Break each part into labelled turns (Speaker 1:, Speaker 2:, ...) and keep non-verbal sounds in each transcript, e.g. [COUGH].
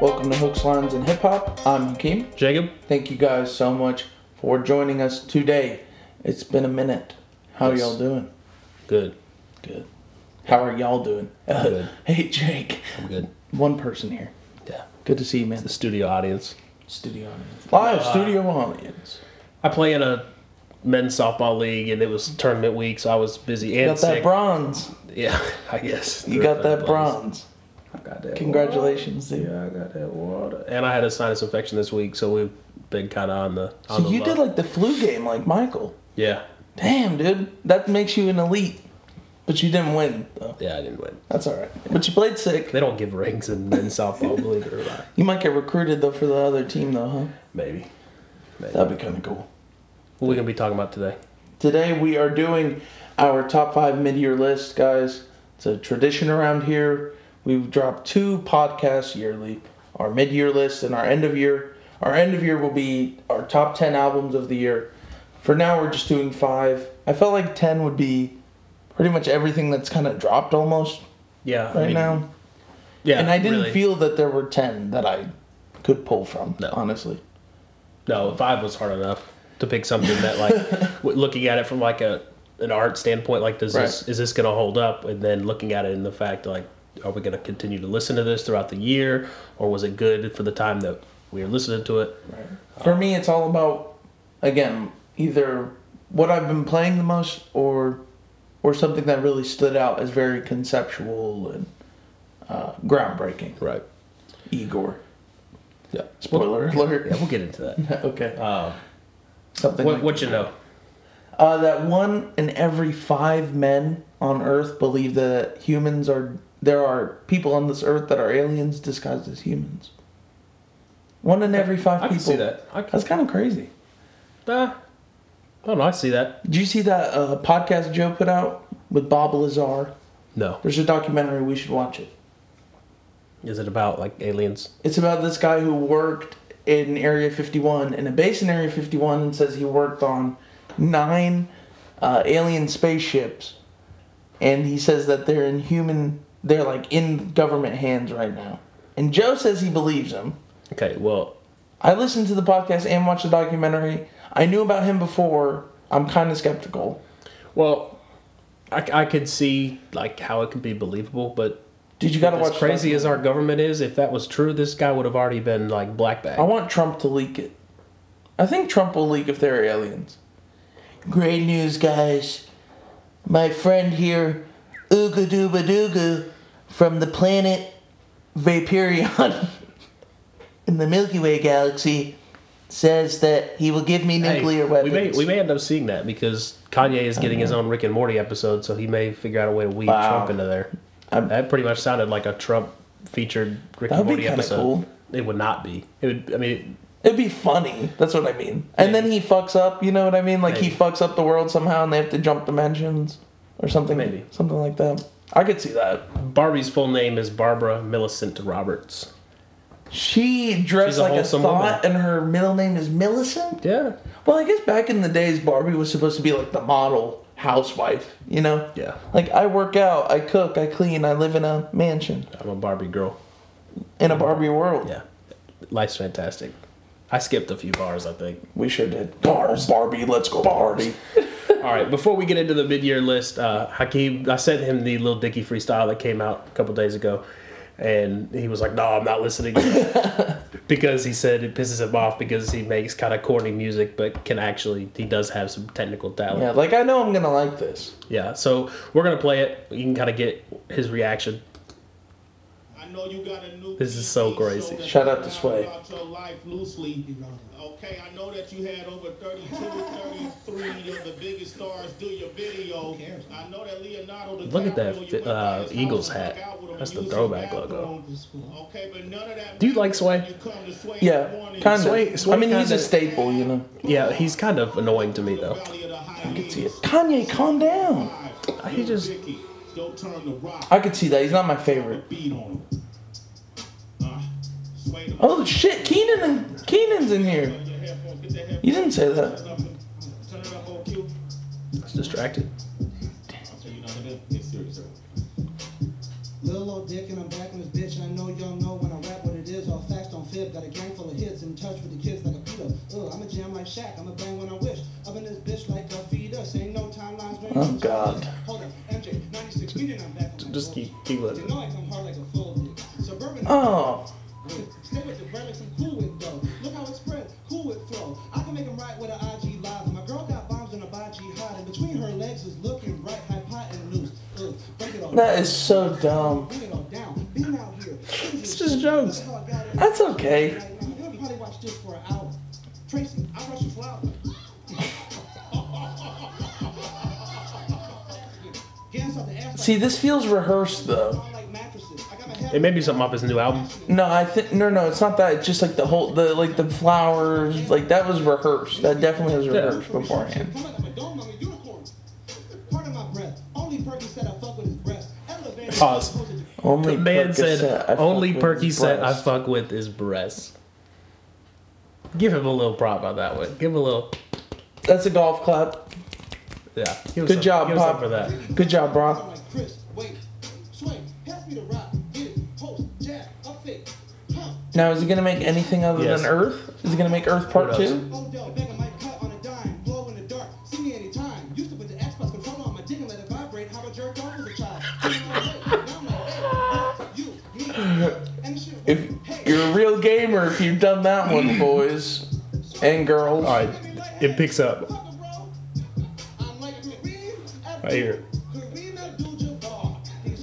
Speaker 1: Books, Learns, and Hip Hop. I'm Hakeem.
Speaker 2: Jacob,
Speaker 1: Thank you guys so much for joining us today. It's been a minute. How
Speaker 2: Yes.
Speaker 1: y'all doing?
Speaker 2: good.
Speaker 1: Good. How are y'all doing? [LAUGHS]
Speaker 2: Good.
Speaker 1: hey, Jake.
Speaker 2: I'm good.
Speaker 1: One person here.
Speaker 2: Yeah.
Speaker 1: Good to see you, man.
Speaker 2: The studio audience.
Speaker 1: Studio audience. Live
Speaker 2: Uh,
Speaker 1: studio audience.
Speaker 2: I play in a men's softball league, and it was tournament week, so I was busy
Speaker 1: You
Speaker 2: and
Speaker 1: got
Speaker 2: sick.
Speaker 1: that bronze.
Speaker 2: yeah, [LAUGHS] I guess
Speaker 1: You got that
Speaker 2: bronze.
Speaker 1: bronze.
Speaker 2: I got that.
Speaker 1: Congratulations, dude.
Speaker 2: Yeah, I got that water. And I had a sinus infection this week, so we've been kind of on the.
Speaker 1: So
Speaker 2: On the
Speaker 1: you
Speaker 2: low.
Speaker 1: did like the flu game, like Michael.
Speaker 2: Yeah,
Speaker 1: Damn, dude. That makes you an elite. But you didn't win, though.
Speaker 2: yeah, I didn't win.
Speaker 1: That's all right. But you played sick.
Speaker 2: They don't give rings in men's softball, believe it or not.
Speaker 1: You might get recruited, though, for the other team, though, huh?
Speaker 2: Maybe. Maybe.
Speaker 1: That'd be kind of cool.
Speaker 2: What are we gonna be talking about today?
Speaker 1: Today we are doing our top five mid-year list, guys. It's a tradition around here. We drop two podcasts yearly: our mid-year list and our end of year. Our end of year will be our top ten albums of the year. For now, we're just doing five. I felt like ten would be pretty much everything that's kind of dropped almost
Speaker 2: Yeah,
Speaker 1: right now,
Speaker 2: Yeah,
Speaker 1: and I didn't
Speaker 2: really.
Speaker 1: feel that there were ten that I could pull from.
Speaker 2: No.
Speaker 1: Honestly,
Speaker 2: No, five was hard enough to pick something that [LAUGHS] like w- looking at it from like a an art standpoint, like does this
Speaker 1: Right.
Speaker 2: is this gonna hold up? And then looking at it in the fact like are we gonna continue to listen to this throughout the year or was it good for the time that we were listening to it?
Speaker 1: For me, it's all about again either what I've been playing the most or or something that really stood out as very conceptual and uh, groundbreaking.
Speaker 2: Right.
Speaker 1: Igor, [LAUGHS]
Speaker 2: Yeah.
Speaker 1: spoiler alert.
Speaker 2: [LAUGHS] Yeah, we'll get into that.
Speaker 1: okay,
Speaker 2: Um,
Speaker 1: something.
Speaker 2: what
Speaker 1: like,
Speaker 2: what you know?
Speaker 1: Uh, that one in every five men on Earth believe that humans are there are people on this Earth that are aliens disguised as humans. One in every five
Speaker 2: I
Speaker 1: people.
Speaker 2: can see that. I can,
Speaker 1: That's kind of crazy.
Speaker 2: uh, I don't know. I see that.
Speaker 1: Did you see that uh, podcast Joe put out with Bob Lazar?
Speaker 2: No.
Speaker 1: There's a documentary. We should watch it.
Speaker 2: Is it about like aliens?
Speaker 1: It's about this guy who worked in Area 51 in a base in Area 51 and says he worked on nine uh, alien spaceships, and he says that they're in human. They're like in government hands right now. And Joe says he believes him.
Speaker 2: Okay. Well,
Speaker 1: I listened to the podcast and watched the documentary. I knew about him before. I'm kind of skeptical.
Speaker 2: Well, I, I could see like how it could be believable, but
Speaker 1: Dude, you gotta
Speaker 2: as
Speaker 1: watch. the
Speaker 2: crazy as
Speaker 1: documentary.
Speaker 2: our government is, if that was true, this guy would have already been like black bag.
Speaker 1: I want Trump to leak it. I think Trump will leak if they're aliens. Great news, guys. My friend here, Ooga Dooba Dooga, from the planet Vaporeon [LAUGHS] in the Milky Way galaxy, says that he will give me
Speaker 2: Hey,
Speaker 1: nuclear weapons.
Speaker 2: We may we may end up seeing that because Kanye is getting his own Rick and Morty episode, so he may figure out a way to weave
Speaker 1: Wow.
Speaker 2: Trump into there.
Speaker 1: I'm-
Speaker 2: that pretty much sounded like a Trump featured Rick
Speaker 1: That'd
Speaker 2: and
Speaker 1: be
Speaker 2: Morty
Speaker 1: kinda
Speaker 2: episode.
Speaker 1: cool.
Speaker 2: It would not be. It would. I mean,
Speaker 1: It'd be funny. That's what I mean. And then he fucks up. You know what I mean? Like he
Speaker 2: Maybe.
Speaker 1: fucks up the world somehow, and they have to jump dimensions or something.
Speaker 2: Maybe.
Speaker 1: something like that. I could see that.
Speaker 2: Barbie's full name is Barbara Millicent Roberts.
Speaker 1: She dressed
Speaker 2: She's a
Speaker 1: like a
Speaker 2: wholesome woman.
Speaker 1: thought, and her middle name is Millicent.
Speaker 2: Yeah.
Speaker 1: Well, I guess back in the days, Barbie was supposed to be like the model housewife, you know?
Speaker 2: Yeah.
Speaker 1: Like I work out, I cook, I clean, I live in a mansion
Speaker 2: I'm a Barbie girl.
Speaker 1: in a Barbie world.
Speaker 2: Yeah. Life's fantastic. I skipped a few bars, I think.
Speaker 1: We sure did. Bars, Barbie, let's go, Barbie.
Speaker 2: All right, before we get into the mid-year list, uh, Hakeem, I sent him the Lil Dicky freestyle that came out a couple days ago, and he was like, "No, I'm not listening," to that." because he said it pisses him off because he makes kind of corny music, but can actually he does have some technical talent.
Speaker 1: yeah,
Speaker 2: Yeah.
Speaker 1: like I know I'm gonna like this.
Speaker 2: so we're gonna play it. You can kind of get his reaction.
Speaker 3: I know you got a new
Speaker 2: This is so crazy.
Speaker 1: Shout out to Sway.
Speaker 3: About your life loosely. Okay, I know that you had over 32 or 33 of the biggest stars do your video. I know that Leonardo DiCaprio,
Speaker 2: Look at that,
Speaker 3: you went
Speaker 2: uh,
Speaker 3: by his house
Speaker 2: Eagles
Speaker 3: and
Speaker 2: hat.
Speaker 3: hung out with him
Speaker 2: That's the
Speaker 3: using
Speaker 2: throwback
Speaker 3: bathroom.
Speaker 2: logo.
Speaker 3: Okay, but none of that
Speaker 2: Do you like Sway?
Speaker 3: You come to Sway in the
Speaker 1: Yeah,
Speaker 3: morning,
Speaker 1: kind
Speaker 2: Sway-
Speaker 1: of.
Speaker 2: Sway
Speaker 1: I mean, he's a
Speaker 2: kinda-
Speaker 1: staple, you know.
Speaker 2: Yeah, he's kind of annoying to me
Speaker 3: the
Speaker 2: though.
Speaker 3: valley of the high
Speaker 1: See it.
Speaker 3: heels.
Speaker 1: Kanye, calm down.
Speaker 2: He just-
Speaker 3: Vicky, don't turn the rock.
Speaker 1: I could see that. He's not my favorite.
Speaker 3: beat on him. Uh, Sway the
Speaker 1: Oh shit, Keenan and Keenan's in here.
Speaker 3: Get your headphones, get your headphones.
Speaker 1: You didn't say that.
Speaker 3: Turn it up, OQ.
Speaker 2: He's distracted.
Speaker 3: Okay, you know what it is? Get serious.
Speaker 4: Little old dick and I'm back in this bitch and I know y'all know when I rap what it is. All facts don't fib. Got a gang full of hits in touch with the kids like a Peter. Ugh, I'm a jam like Shaq. I'm a bang when I wish. Up in this bitch like a feeder. Ain't no timelines. man.
Speaker 1: Oh, God.
Speaker 4: Hold up, MJ 96 meaning I'm back. on my
Speaker 2: Just
Speaker 4: bullshit.
Speaker 2: keep keep
Speaker 4: You
Speaker 2: living.
Speaker 4: know I come hard like a full dick. Suburban.
Speaker 1: Oh,
Speaker 4: Stay with the relics and cool it though. Look how it spreads, cool it flow. I can make 'em right with an IG live. My girl got bombs in a IG hot, and between her legs is looking right, hypotenuse. loose. Ugh, break it all
Speaker 1: that
Speaker 4: down.
Speaker 1: is so dumb.
Speaker 4: Bring it all down. Being out here.
Speaker 2: It's just jokes.
Speaker 1: That's okay.
Speaker 4: You'll probably watch this for an hour. Tracy, I'll rush you for [LAUGHS] hours. Get us out the ass
Speaker 1: See,
Speaker 4: like-
Speaker 1: this feels rehearsed though.
Speaker 4: I like mattresses. I got my head
Speaker 2: It may be something off his new album.
Speaker 1: No, I think no, no, it's not that. It's just like the whole, the like the flowers, like that was rehearsed. That definitely was rehearsed beforehand.
Speaker 4: Coming up a dome on a unicorn. Part of my breath. Only Perky said I fuck with his breast. Elevator.
Speaker 2: Pause.
Speaker 1: Only
Speaker 2: The man
Speaker 1: Percocet I
Speaker 2: said,
Speaker 1: fuck
Speaker 2: "Only
Speaker 1: with
Speaker 2: Perky
Speaker 1: his
Speaker 2: said I
Speaker 1: breasts."
Speaker 2: fuck with his breasts." Give him a little prop on that one. Give him a little,
Speaker 1: That's a golf clap.
Speaker 2: yeah. Give him
Speaker 1: Good
Speaker 2: some-
Speaker 1: job,
Speaker 2: give him
Speaker 1: Pop.
Speaker 2: some for that.
Speaker 1: Good job,
Speaker 4: I'm
Speaker 1: bro.
Speaker 4: like Chris. Wait. Swing. Pass me the rock. Get it. Post. Jab. Up fake. Pump.
Speaker 1: Now, is he gonna make anything other
Speaker 2: Yes.
Speaker 1: than Earth? Is he gonna make Earth Part
Speaker 2: Who knows?
Speaker 1: Two?
Speaker 4: Odell Beckham might cut on a dime. Blow in the dark. See me anytime. Used to put the Xbox controller on my dick and let it vibrate. How I jerked off as a child. Now I'm like, hey, you, me, and the shit.
Speaker 1: If
Speaker 4: hey,
Speaker 1: you're a real gamer, if you've done that one, boys and girls.
Speaker 2: All right, it picks up.
Speaker 4: Right
Speaker 2: Right here.
Speaker 4: These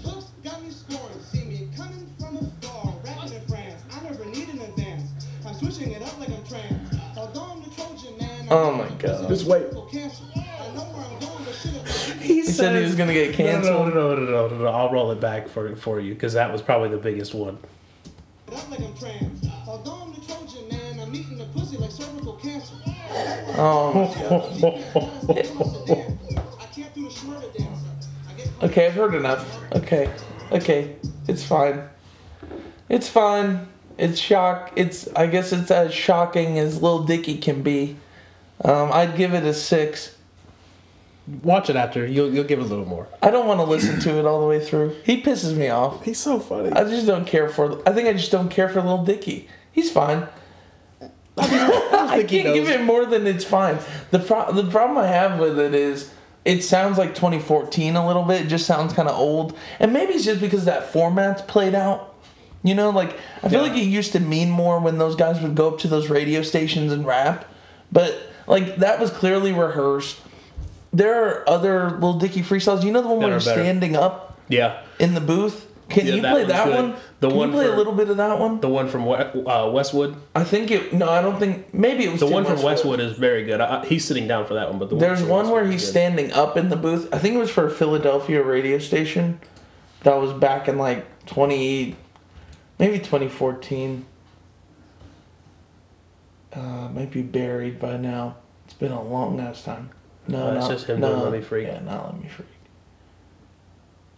Speaker 4: hooks got me scoring. See me coming from afar. Rapping in France. I never need an advance. I'm switching it up like I'm trans. Although I'm the Trojan man.
Speaker 1: Oh my God.
Speaker 2: Just wait.
Speaker 4: Cancer. I know where I'm going, but shit, I'm-
Speaker 2: He,
Speaker 1: said he was gonna get
Speaker 2: No,
Speaker 1: canceled.
Speaker 2: no, no, no, no, no, no. I'll roll it back for for you because that was probably the biggest one.
Speaker 4: I'm like I'm trans. Although I'm the Trojan man, I'm eating the pussy like cervical cancer.
Speaker 1: Oh my god.
Speaker 2: [LAUGHS]
Speaker 4: I can't do the shmurda dance. I get
Speaker 1: Okay, I've heard enough. Okay, okay, it's fine. It's fine. It's shock. It's I guess it's as shocking as Lil Dicky can be. Um, I'd give it a six.
Speaker 2: Watch it after. You'll you'll give it a little more.
Speaker 1: I don't want to listen to it all the way through. He pisses me off.
Speaker 2: He's so funny.
Speaker 1: I just don't care for. I think I just don't care for Lil Dicky. He's fine. [LAUGHS] I
Speaker 2: think he
Speaker 1: can't give
Speaker 2: knows.
Speaker 1: it more than it's fine. The pro- the problem I have with it is it sounds like 2014 a little bit. It just sounds kind of old, and maybe it's just because that format's played out. You know, like I feel
Speaker 2: Yeah.
Speaker 1: like it used to mean more when those guys would go up to those radio stations and rap, but like that was clearly rehearsed. There are other little Dicky freestyles. You know the one
Speaker 2: That
Speaker 1: where
Speaker 2: are
Speaker 1: you're
Speaker 2: better.
Speaker 1: standing up
Speaker 2: Yeah,
Speaker 1: in the booth. Can
Speaker 2: Yeah,
Speaker 1: you
Speaker 2: that
Speaker 1: play
Speaker 2: one's
Speaker 1: that
Speaker 2: good.
Speaker 1: one?
Speaker 2: The
Speaker 1: Can
Speaker 2: one
Speaker 1: you play
Speaker 2: for-
Speaker 1: a little bit of that one?
Speaker 2: the one from We- uh, Westwood.
Speaker 1: I think it. No, I don't think. Maybe it was
Speaker 2: The
Speaker 1: Tim
Speaker 2: one from Westwood is very good. I, I- he's sitting down for that one, but the
Speaker 1: There's
Speaker 2: from
Speaker 1: one where
Speaker 2: Westwood
Speaker 1: he's
Speaker 2: is good.
Speaker 1: standing up in the booth. I think it was for a Philadelphia radio station. That was back in like 20, maybe 2014. Uh, might be buried by now. It's been a long ass time. No,
Speaker 2: Uh,
Speaker 1: no,
Speaker 2: it's just him
Speaker 1: no,
Speaker 2: doing Let Me Freak.
Speaker 1: Yeah, not let me freak.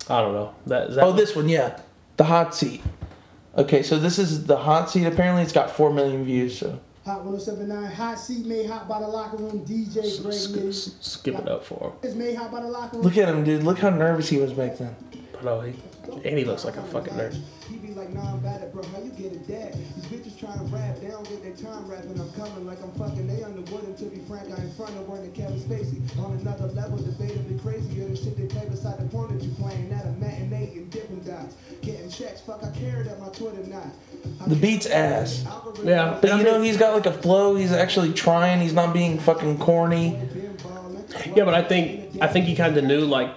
Speaker 2: I don't know. That, is that
Speaker 1: Oh, this one, yeah, the hot seat. Okay, so this is the hot seat. Apparently, it's got four million views. So
Speaker 5: Hot 1079, hot seat made hot by the locker room. DJ Greg
Speaker 2: Sk-
Speaker 5: Nitty
Speaker 2: s- skip it up for him.
Speaker 5: is made hot by the locker room.
Speaker 1: look at him, dude. Look how nervous he was back then.
Speaker 2: No, he, and he looks like a fucking nerd.
Speaker 4: He be like, nah, I'm bad at bro. How you get it dead? These bitches trying to rap. They don't get their time rapping. I'm coming like I'm fucking. They underwood. And to be frank, I ain't front of one to Kevin Spacey. On another level, debatably crazier than shit they play beside the porn that you playing. At a matinee and dipping dots. Getting checks. Fuck, I care that my Twitter not.
Speaker 1: The beat's ass.
Speaker 4: Algorithm
Speaker 2: Yeah,
Speaker 1: But
Speaker 2: I
Speaker 1: you
Speaker 2: mean-
Speaker 1: know, he's got like a flow. He's actually trying. He's not being fucking corny.
Speaker 4: been balling.
Speaker 2: yeah, but I think I think he kind of knew like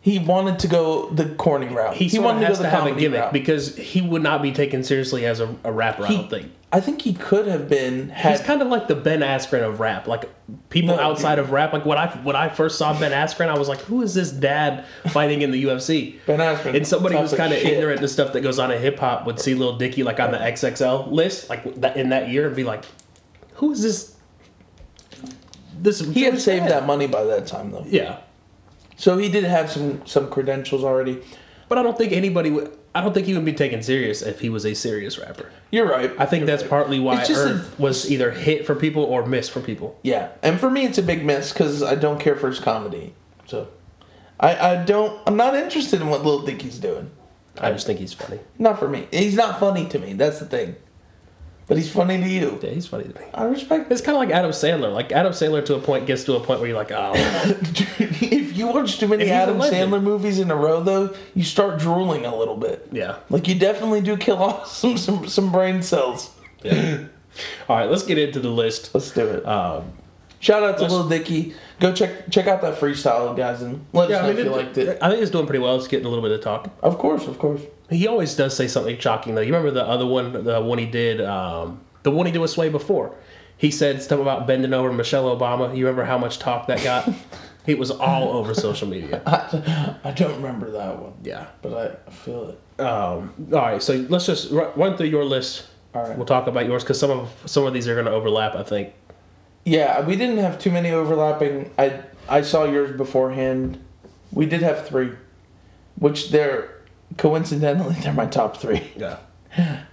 Speaker 1: He wanted to go the corny route.
Speaker 2: he, sort
Speaker 1: wanted
Speaker 2: of has to, have a
Speaker 1: comedy
Speaker 2: gimmick
Speaker 1: route.
Speaker 2: because he would not be taken seriously as a, a rapper. I
Speaker 1: he,
Speaker 2: don't think
Speaker 1: I think he could have been
Speaker 2: he's
Speaker 1: had.
Speaker 2: kind of like the Ben Askren of rap. Like people
Speaker 1: No,
Speaker 2: outside of rap, like when I when I first saw Ben Askren, I was like, who is this dad fighting in the UFC?
Speaker 1: Ben Askren,
Speaker 2: And somebody
Speaker 1: tough
Speaker 2: who's
Speaker 1: as
Speaker 2: kind of
Speaker 1: shit.
Speaker 2: ignorant to stuff that goes on in hip hop would see Lil Dicky like on the XXL list, like that in that year, and be like, who is this? This
Speaker 1: he had saved that money by that time though,
Speaker 2: Yeah,
Speaker 1: so he did have some some credentials already.
Speaker 2: but I don't think anybody would. I don't think he would be taken serious if he was a serious rapper.
Speaker 1: You're right.
Speaker 2: I think that's partly why
Speaker 1: It's just a-
Speaker 2: Earth was either hit for people or missed for people.
Speaker 1: yeah, and for me, it's a big miss because I don't care for his comedy. So I, I don't. I'm not interested in what Lil Dicky's doing.
Speaker 2: I just think he's funny.
Speaker 1: Not for me. He's not funny to me. That's the thing. But he's funny to you.
Speaker 2: Yeah, he's funny to me.
Speaker 1: I respect
Speaker 2: It's kind of like Adam Sandler. Like Adam Sandler to a point gets to a point where you're like, oh,
Speaker 1: [LAUGHS] if you watch too many
Speaker 2: If he's a
Speaker 1: Adam
Speaker 2: legend.
Speaker 1: Sandler movies in a row, though, you start drooling a little bit.
Speaker 2: yeah.
Speaker 1: Like you definitely do kill [LAUGHS] off some some, some brain cells.
Speaker 2: [LAUGHS] yeah. All right, let's get into the list.
Speaker 1: Let's do it.
Speaker 2: Um,
Speaker 1: Shout out to
Speaker 2: let's-
Speaker 1: Lil Dicky. Go check check out that freestyle, guys, and let us know if you liked it.
Speaker 2: I think it's doing pretty well. It's getting a little bit of talk.
Speaker 1: Of course, of course.
Speaker 2: He always does say something shocking though. You remember the other one, the one he did, um, the one he did with Sway before. He said stuff about bending over Michelle Obama. You remember how much talk
Speaker 1: [LAUGHS]
Speaker 2: that got? it was all over social media.
Speaker 1: I, I don't remember that one.
Speaker 2: Yeah.
Speaker 1: But I, I feel it.
Speaker 2: Um, all right, so let's just ru- run through your list.
Speaker 1: All right.
Speaker 2: We'll talk about yours because some of some of these are going to overlap. I think.
Speaker 1: Yeah, we didn't have too many overlapping. I I saw yours beforehand. We did have three, which they're coincidentally [LAUGHS] they're my top three.
Speaker 2: Yeah.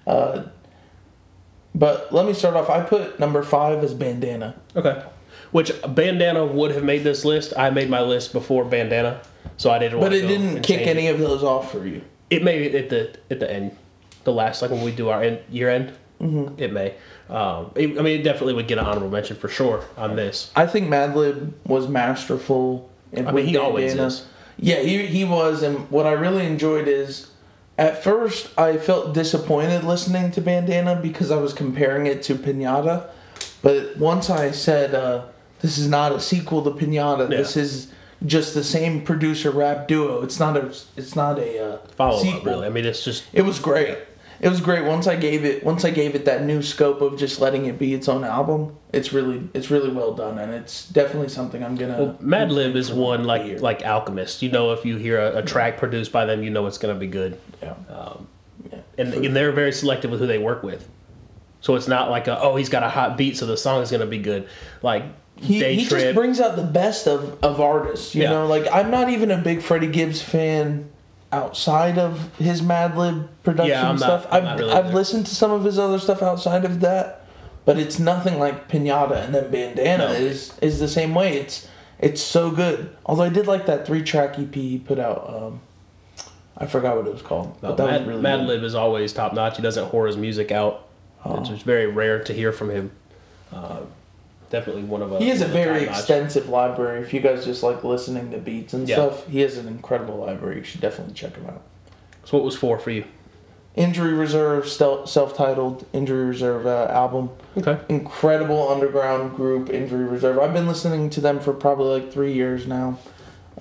Speaker 1: Uh, but let me start off. I put number five as bandana.
Speaker 2: Okay. Which bandana would have made this list? I made my list before bandana, so I didn't.
Speaker 1: But
Speaker 2: wanna
Speaker 1: it
Speaker 2: go
Speaker 1: didn't
Speaker 2: and
Speaker 1: kick
Speaker 2: change it.
Speaker 1: any of those off for you.
Speaker 2: it may at the at the end, the last like when we do our end, year end.
Speaker 1: Mm-hmm.
Speaker 2: It may. Um, it- I mean, it definitely would get an honorable mention for sure on this.
Speaker 1: I think Madlib was masterful. And
Speaker 2: I mean,
Speaker 1: with
Speaker 2: he always
Speaker 1: Bandana.
Speaker 2: is.
Speaker 1: Yeah, he, he was. And what I really enjoyed is at first I felt disappointed listening to Bandana because I was comparing it to Pinata. But once I said, uh, this is not a sequel to Pinata,
Speaker 2: Yeah.
Speaker 1: this is just the same producer rap duo. It's not a, it's not a uh,
Speaker 2: Follow up,
Speaker 1: sequel.
Speaker 2: really. I mean, it's just
Speaker 1: It was great. It was great once I gave it once I gave it that new scope of just letting it be its own album. It's really it's really well done and it's definitely something I'm gonna
Speaker 2: Madlib is one like like Alchemist. You know, if you hear a, a track produced by them, you know it's going to be good.
Speaker 1: yeah.
Speaker 2: And, and they're very selective with who they work with. So it's not like a, oh he's got a hot beat, so the song is going to be good. Like
Speaker 1: He,
Speaker 2: Day
Speaker 1: he
Speaker 2: Trip.
Speaker 1: just brings out the best of, of artists, you
Speaker 2: Yeah.
Speaker 1: know. Like I'm not even a big Freddie Gibbs fan outside of his Madlib production
Speaker 2: Yeah, I'm not-
Speaker 1: stuff.
Speaker 2: I'm
Speaker 1: I've
Speaker 2: not really
Speaker 1: I've
Speaker 2: either.
Speaker 1: listened to some of his other stuff outside of that, but it's nothing like Pinata and then Bandana
Speaker 2: No.
Speaker 1: is is the same way. It's it's so good. Although I did like that three track EP he put out. Um, I forgot what it was called, but that
Speaker 2: Mad,
Speaker 1: was really good.
Speaker 2: Madlib is always top notch. He doesn't whore his music out. It's just very rare to hear from him. Uh, definitely one of a.
Speaker 1: He has a
Speaker 2: one of the
Speaker 1: very
Speaker 2: top-notch.
Speaker 1: extensive library. If you guys just like listening to beats and
Speaker 2: Yeah.
Speaker 1: stuff, he has an incredible library. You should definitely check him out.
Speaker 2: So what was four for you?
Speaker 1: Injury Reserve, stel- self-titled Injury Reserve uh, album.
Speaker 2: Okay.
Speaker 1: Incredible underground group, Injury Reserve. I've been listening to them for probably like three years now.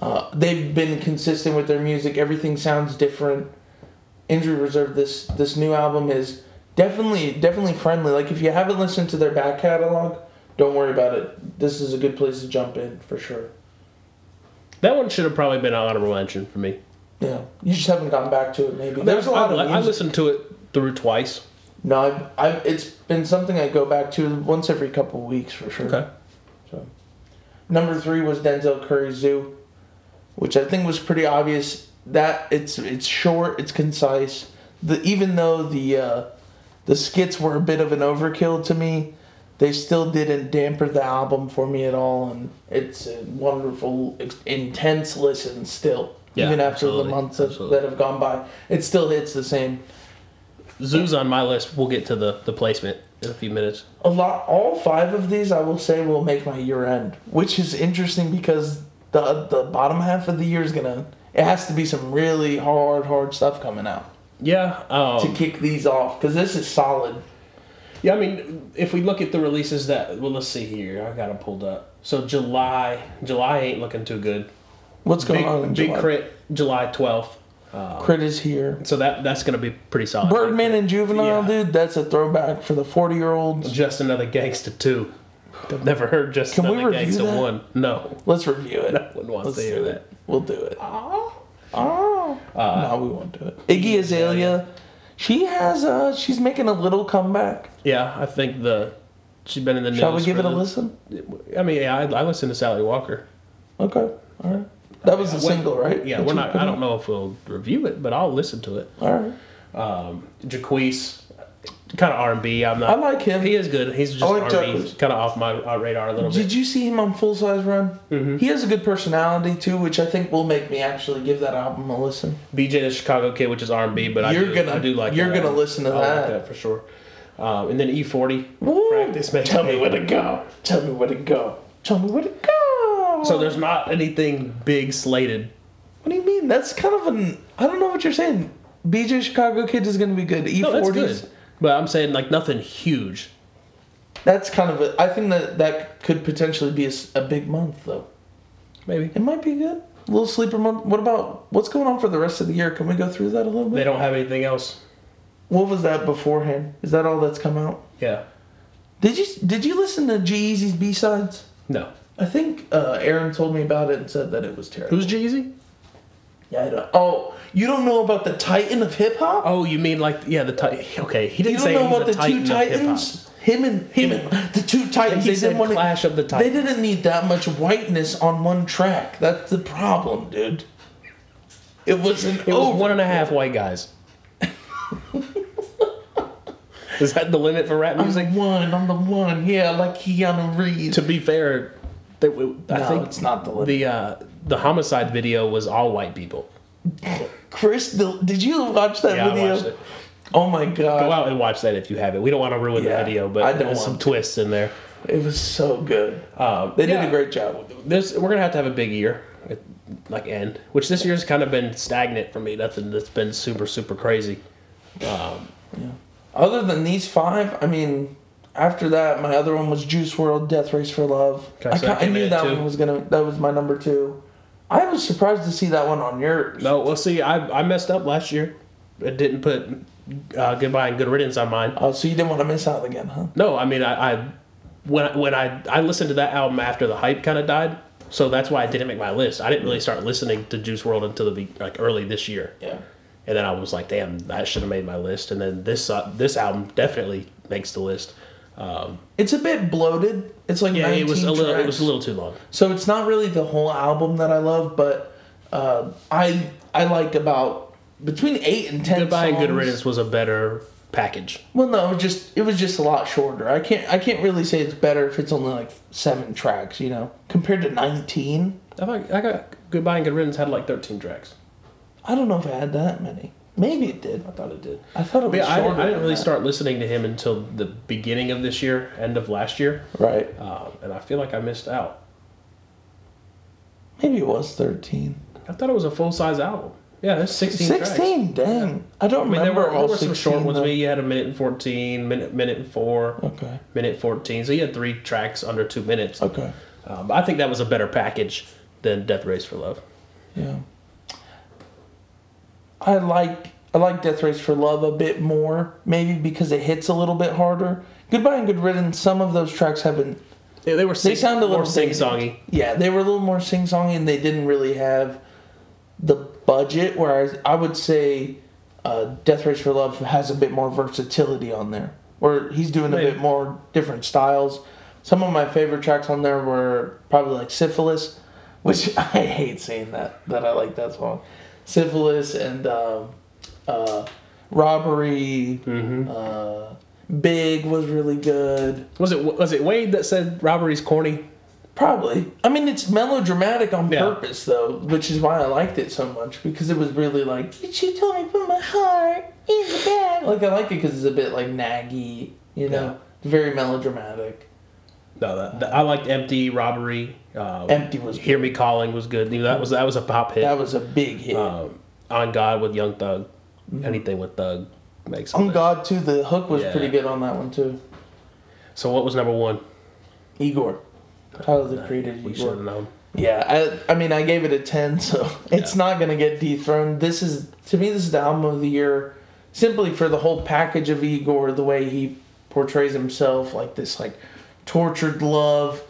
Speaker 1: Uh, they've been consistent with their music. Everything sounds different. Injury Reserve. This this new album is definitely definitely friendly. Like if you haven't listened to their back catalog, don't worry about it. This is a good place to jump in for sure.
Speaker 2: That one should have probably been an honorable mention for me.
Speaker 1: Yeah, you just haven't gotten back to it. Maybe there's a lot
Speaker 2: I,
Speaker 1: of
Speaker 2: I
Speaker 1: music.
Speaker 2: listened to it through twice.
Speaker 1: No, I've, I've, it's been something I go back to once every couple weeks for sure.
Speaker 2: Okay.
Speaker 1: So, number three was Denzel Curry's Zoo, which I think was pretty obvious. That it's it's short, it's concise. The even though the uh, the skits were a bit of an overkill to me, they still didn't damper the album for me at all, and it's a wonderful, ex- intense listen still.
Speaker 2: Yeah,
Speaker 1: even after
Speaker 2: absolutely,
Speaker 1: the months that,
Speaker 2: absolutely.
Speaker 1: that have gone by, it still hits the same.
Speaker 2: Zoo's on my list. We'll get to the, the placement in a few minutes.
Speaker 1: a lot all five of these i will say will make my year end which is interesting because the the bottom half of the year is gonna it has to be some really hard hard stuff coming out
Speaker 2: Yeah.
Speaker 1: to
Speaker 2: Um,
Speaker 1: kick these off because this is solid
Speaker 2: yeah. I mean, if we look at the releases that well, let's see here. I got them pulled up. So July, July ain't looking too good.
Speaker 1: what's going
Speaker 2: Big,
Speaker 1: on in
Speaker 2: big
Speaker 1: July? Crit.
Speaker 2: crit July twelfth.
Speaker 1: is here
Speaker 2: So that that's gonna be pretty solid.
Speaker 1: birdman and juvenile
Speaker 2: Yeah.
Speaker 1: dude that's a throwback for the 40 year olds
Speaker 2: Just another gangsta two. I've never heard just
Speaker 1: Can we
Speaker 2: another
Speaker 1: review
Speaker 2: gangsta
Speaker 1: that?
Speaker 2: one. No. [LAUGHS]
Speaker 1: let's review it
Speaker 2: No one wants
Speaker 1: let's
Speaker 2: to hear
Speaker 1: do
Speaker 2: that. Uh,
Speaker 1: it we'll do it oh no we won't do it iggy azalea she has uh she's making a little comeback
Speaker 2: Yeah, I think the she's been in the news.
Speaker 1: shall we give
Speaker 2: for
Speaker 1: it a
Speaker 2: the-
Speaker 1: listen
Speaker 2: I mean, yeah, I, I listened to Sally Walker.
Speaker 1: Okay. All right. That was a
Speaker 2: Well,
Speaker 1: single, right?
Speaker 2: Yeah,
Speaker 1: That
Speaker 2: we're
Speaker 1: you
Speaker 2: not.
Speaker 1: put
Speaker 2: I
Speaker 1: out?
Speaker 2: don't know if we'll review it, but I'll listen to it.
Speaker 1: All right.
Speaker 2: Um, Jaquise, kind of R and B. I'm not.
Speaker 1: I like him.
Speaker 2: He is good. He's just
Speaker 1: I like
Speaker 2: R and B.
Speaker 1: Jacquees.
Speaker 2: Kind of off my uh, radar a little bit.
Speaker 1: Did you see him on Full Size Run?
Speaker 2: Mm-hmm.
Speaker 1: He has a good personality too, which I think will make me actually give that album a listen.
Speaker 2: BJ the Chicago Kid, which is R and B, but
Speaker 1: You're
Speaker 2: I do,
Speaker 1: gonna-
Speaker 2: I do like
Speaker 1: you're
Speaker 2: that
Speaker 1: gonna
Speaker 2: album.
Speaker 1: listen to
Speaker 2: I like
Speaker 1: that.
Speaker 2: that for sure. Um, and then E40
Speaker 1: Woo!
Speaker 2: practice makes
Speaker 1: Tell me
Speaker 2: man.
Speaker 1: where to go. Tell me where to go. Tell me where to go.
Speaker 2: So there's not anything big slated.
Speaker 1: What do you mean? That's kind of an. I don't know what you're saying. BJ Chicago Kid is gonna be good. E E40s.
Speaker 2: No, that's good. But I'm saying like nothing huge.
Speaker 1: That's kind of a. I think that that could potentially be a, s- a big month though.
Speaker 2: Maybe
Speaker 1: It might be good. A little sleeper month. What about what's going on for the rest of the year? Can we go through that a little
Speaker 2: they
Speaker 1: bit?
Speaker 2: don't have anything else.
Speaker 1: What was that beforehand? Is that all that's come out?
Speaker 2: Yeah.
Speaker 1: Did you did you listen to G Eazy's B sides?
Speaker 2: No.
Speaker 1: I think uh, Aaron told me about it and said that it was terrible.
Speaker 2: Who's Jeezy?
Speaker 1: Yeah, I don't. Oh, you don't know about the Titan of hip hop?
Speaker 2: Oh, you mean like yeah the ti- okay? He
Speaker 1: you
Speaker 2: didn't
Speaker 1: don't
Speaker 2: say
Speaker 1: know
Speaker 2: he's
Speaker 1: about the
Speaker 2: a titan
Speaker 1: two
Speaker 2: of hip-hop.
Speaker 1: Titans? Him and him and the two Titans.
Speaker 2: They
Speaker 1: He's in
Speaker 2: said
Speaker 1: one of-
Speaker 2: Clash of the
Speaker 1: They
Speaker 2: Titans.
Speaker 1: didn't need that much whiteness on one track. That's the problem, dude. It wasn't
Speaker 2: It was
Speaker 1: over.
Speaker 2: one and a half white guys. [LAUGHS] Is that the limit for rap
Speaker 1: I'm
Speaker 2: music?
Speaker 1: the one. I'm the one. Yeah, like Keanu Reeves.
Speaker 2: to be fair, they, w- I
Speaker 1: No,
Speaker 2: think
Speaker 1: it's not the limit.
Speaker 2: The uh, the homicide video was all white people.
Speaker 1: Chris, the, did you watch that
Speaker 2: Yeah, I
Speaker 1: video?
Speaker 2: watched it.
Speaker 1: Oh my god,
Speaker 2: Go out and watch that if you have it. We don't want to ruin
Speaker 1: Yeah,
Speaker 2: the video, but
Speaker 1: I don't
Speaker 2: there's some
Speaker 1: want to.
Speaker 2: twists in there.
Speaker 1: it was so good.
Speaker 2: Um,
Speaker 1: They did
Speaker 2: yeah.
Speaker 1: a great job.
Speaker 2: This we're gonna have to have a big year, at, like end, which this year's kind of been stagnant for me. Nothing that's been super super crazy.
Speaker 1: Other than these five, I mean, after that, my other one was Juice World, Death Race for Love.
Speaker 2: Okay,
Speaker 1: I,
Speaker 2: so
Speaker 1: ca-
Speaker 2: that
Speaker 1: I
Speaker 2: came in
Speaker 1: knew
Speaker 2: at
Speaker 1: that
Speaker 2: two.
Speaker 1: one was gonna. That was my number two. I was surprised to see that one on yours.
Speaker 2: No, well, see, I I messed up last year. I didn't put uh, goodbye and good riddance on mine.
Speaker 1: Oh, so you didn't want to miss out again, huh?
Speaker 2: No, I mean I, I when I, when I I listened to that album after the hype kind of died, so that's why I didn't make my list. I didn't really start listening to Juice World until the be- like early this year,
Speaker 1: Yeah.
Speaker 2: and then I was like, damn, that should have made my list. And then this uh, this album definitely makes the list. Um,
Speaker 1: It's a bit bloated. It's like
Speaker 2: yeah, it was a
Speaker 1: 19
Speaker 2: little it was a
Speaker 1: tracks.
Speaker 2: little too long.
Speaker 1: So it's not really the whole album that I love, but uh, I I like about between eight and ten.
Speaker 2: Goodbye and
Speaker 1: songs.
Speaker 2: Good Riddance was a better package.
Speaker 1: Well, no, it was just it was just a lot shorter. I can't I can't really say it's better if it's only like seven tracks, you know, compared to nineteen.
Speaker 2: I thought I got Goodbye and Good Riddance had like thirteen tracks.
Speaker 1: I don't know if I had that many. Maybe it did.
Speaker 2: I thought it did.
Speaker 1: I thought it was
Speaker 2: But yeah, I,
Speaker 1: shorter.
Speaker 2: I didn't
Speaker 1: than
Speaker 2: really
Speaker 1: that.
Speaker 2: start listening to him until the beginning of this year, end of last year.
Speaker 1: Right.
Speaker 2: Um, and I feel like I missed out.
Speaker 1: Maybe it was thirteen.
Speaker 2: I thought it was a full size album. Yeah, there's 16. tracks.
Speaker 1: Sixteen. Dang. I don't
Speaker 2: I mean, there
Speaker 1: remember
Speaker 2: were, there
Speaker 1: all
Speaker 2: were
Speaker 1: 16,
Speaker 2: some short ones.
Speaker 1: though.
Speaker 2: Maybe you had a minute and 14, minute minute and four,
Speaker 1: Okay.
Speaker 2: minute 14. So you had three tracks under two minutes.
Speaker 1: Okay.
Speaker 2: Um, I think that was a better package than Death Race for Love.
Speaker 1: Yeah. I like I like Death Race for Love a bit more, maybe because it hits a little bit harder. Goodbye and Good Riddance. Some of those tracks haven't.
Speaker 2: They, they were
Speaker 1: They sound a little
Speaker 2: more sing songy.
Speaker 1: Yeah, they were a little more sing songy, and they didn't really have the budget. Whereas I would say uh, Death Race for Love has a bit more versatility on there, where he's doing a
Speaker 2: Maybe.
Speaker 1: bit more different styles. Some of my favorite tracks on there were probably like Syphilis, which [LAUGHS] I hate saying that that I like that song. Syphilis and um, uh, Robbery. Uh, Big was really good.
Speaker 2: Was it was it Wade that said robbery's corny?
Speaker 1: Probably. I mean, it's melodramatic on
Speaker 2: Yeah.
Speaker 1: purpose, though, which is why I liked it so much because it was really like, did you tell me to put my heart in the bag? Like, I like it because it's a bit like naggy, you know, very melodramatic.
Speaker 2: No, that, that- I liked Empty Robbery. Uh,
Speaker 1: Empty was-
Speaker 2: Hear Me Calling was good. That was that was a pop hit.
Speaker 1: That was a big hit.
Speaker 2: um, on God with Young Thug. Anything with Thug makes. a
Speaker 1: Mm-hmm. on
Speaker 2: list.
Speaker 1: God, too, the hook was
Speaker 2: Yeah.
Speaker 1: pretty good on that one, too.
Speaker 2: So what was number one?
Speaker 1: Igor. Tyler the Creator,
Speaker 2: We should have
Speaker 1: Igor.
Speaker 2: known.
Speaker 1: Yeah, I, I mean, I gave it a 10, so [LAUGHS] it's not going to get dethroned. This is, to me, this is the album of the year simply for the whole package of Igor, the way he portrays himself, like this, like, tortured love,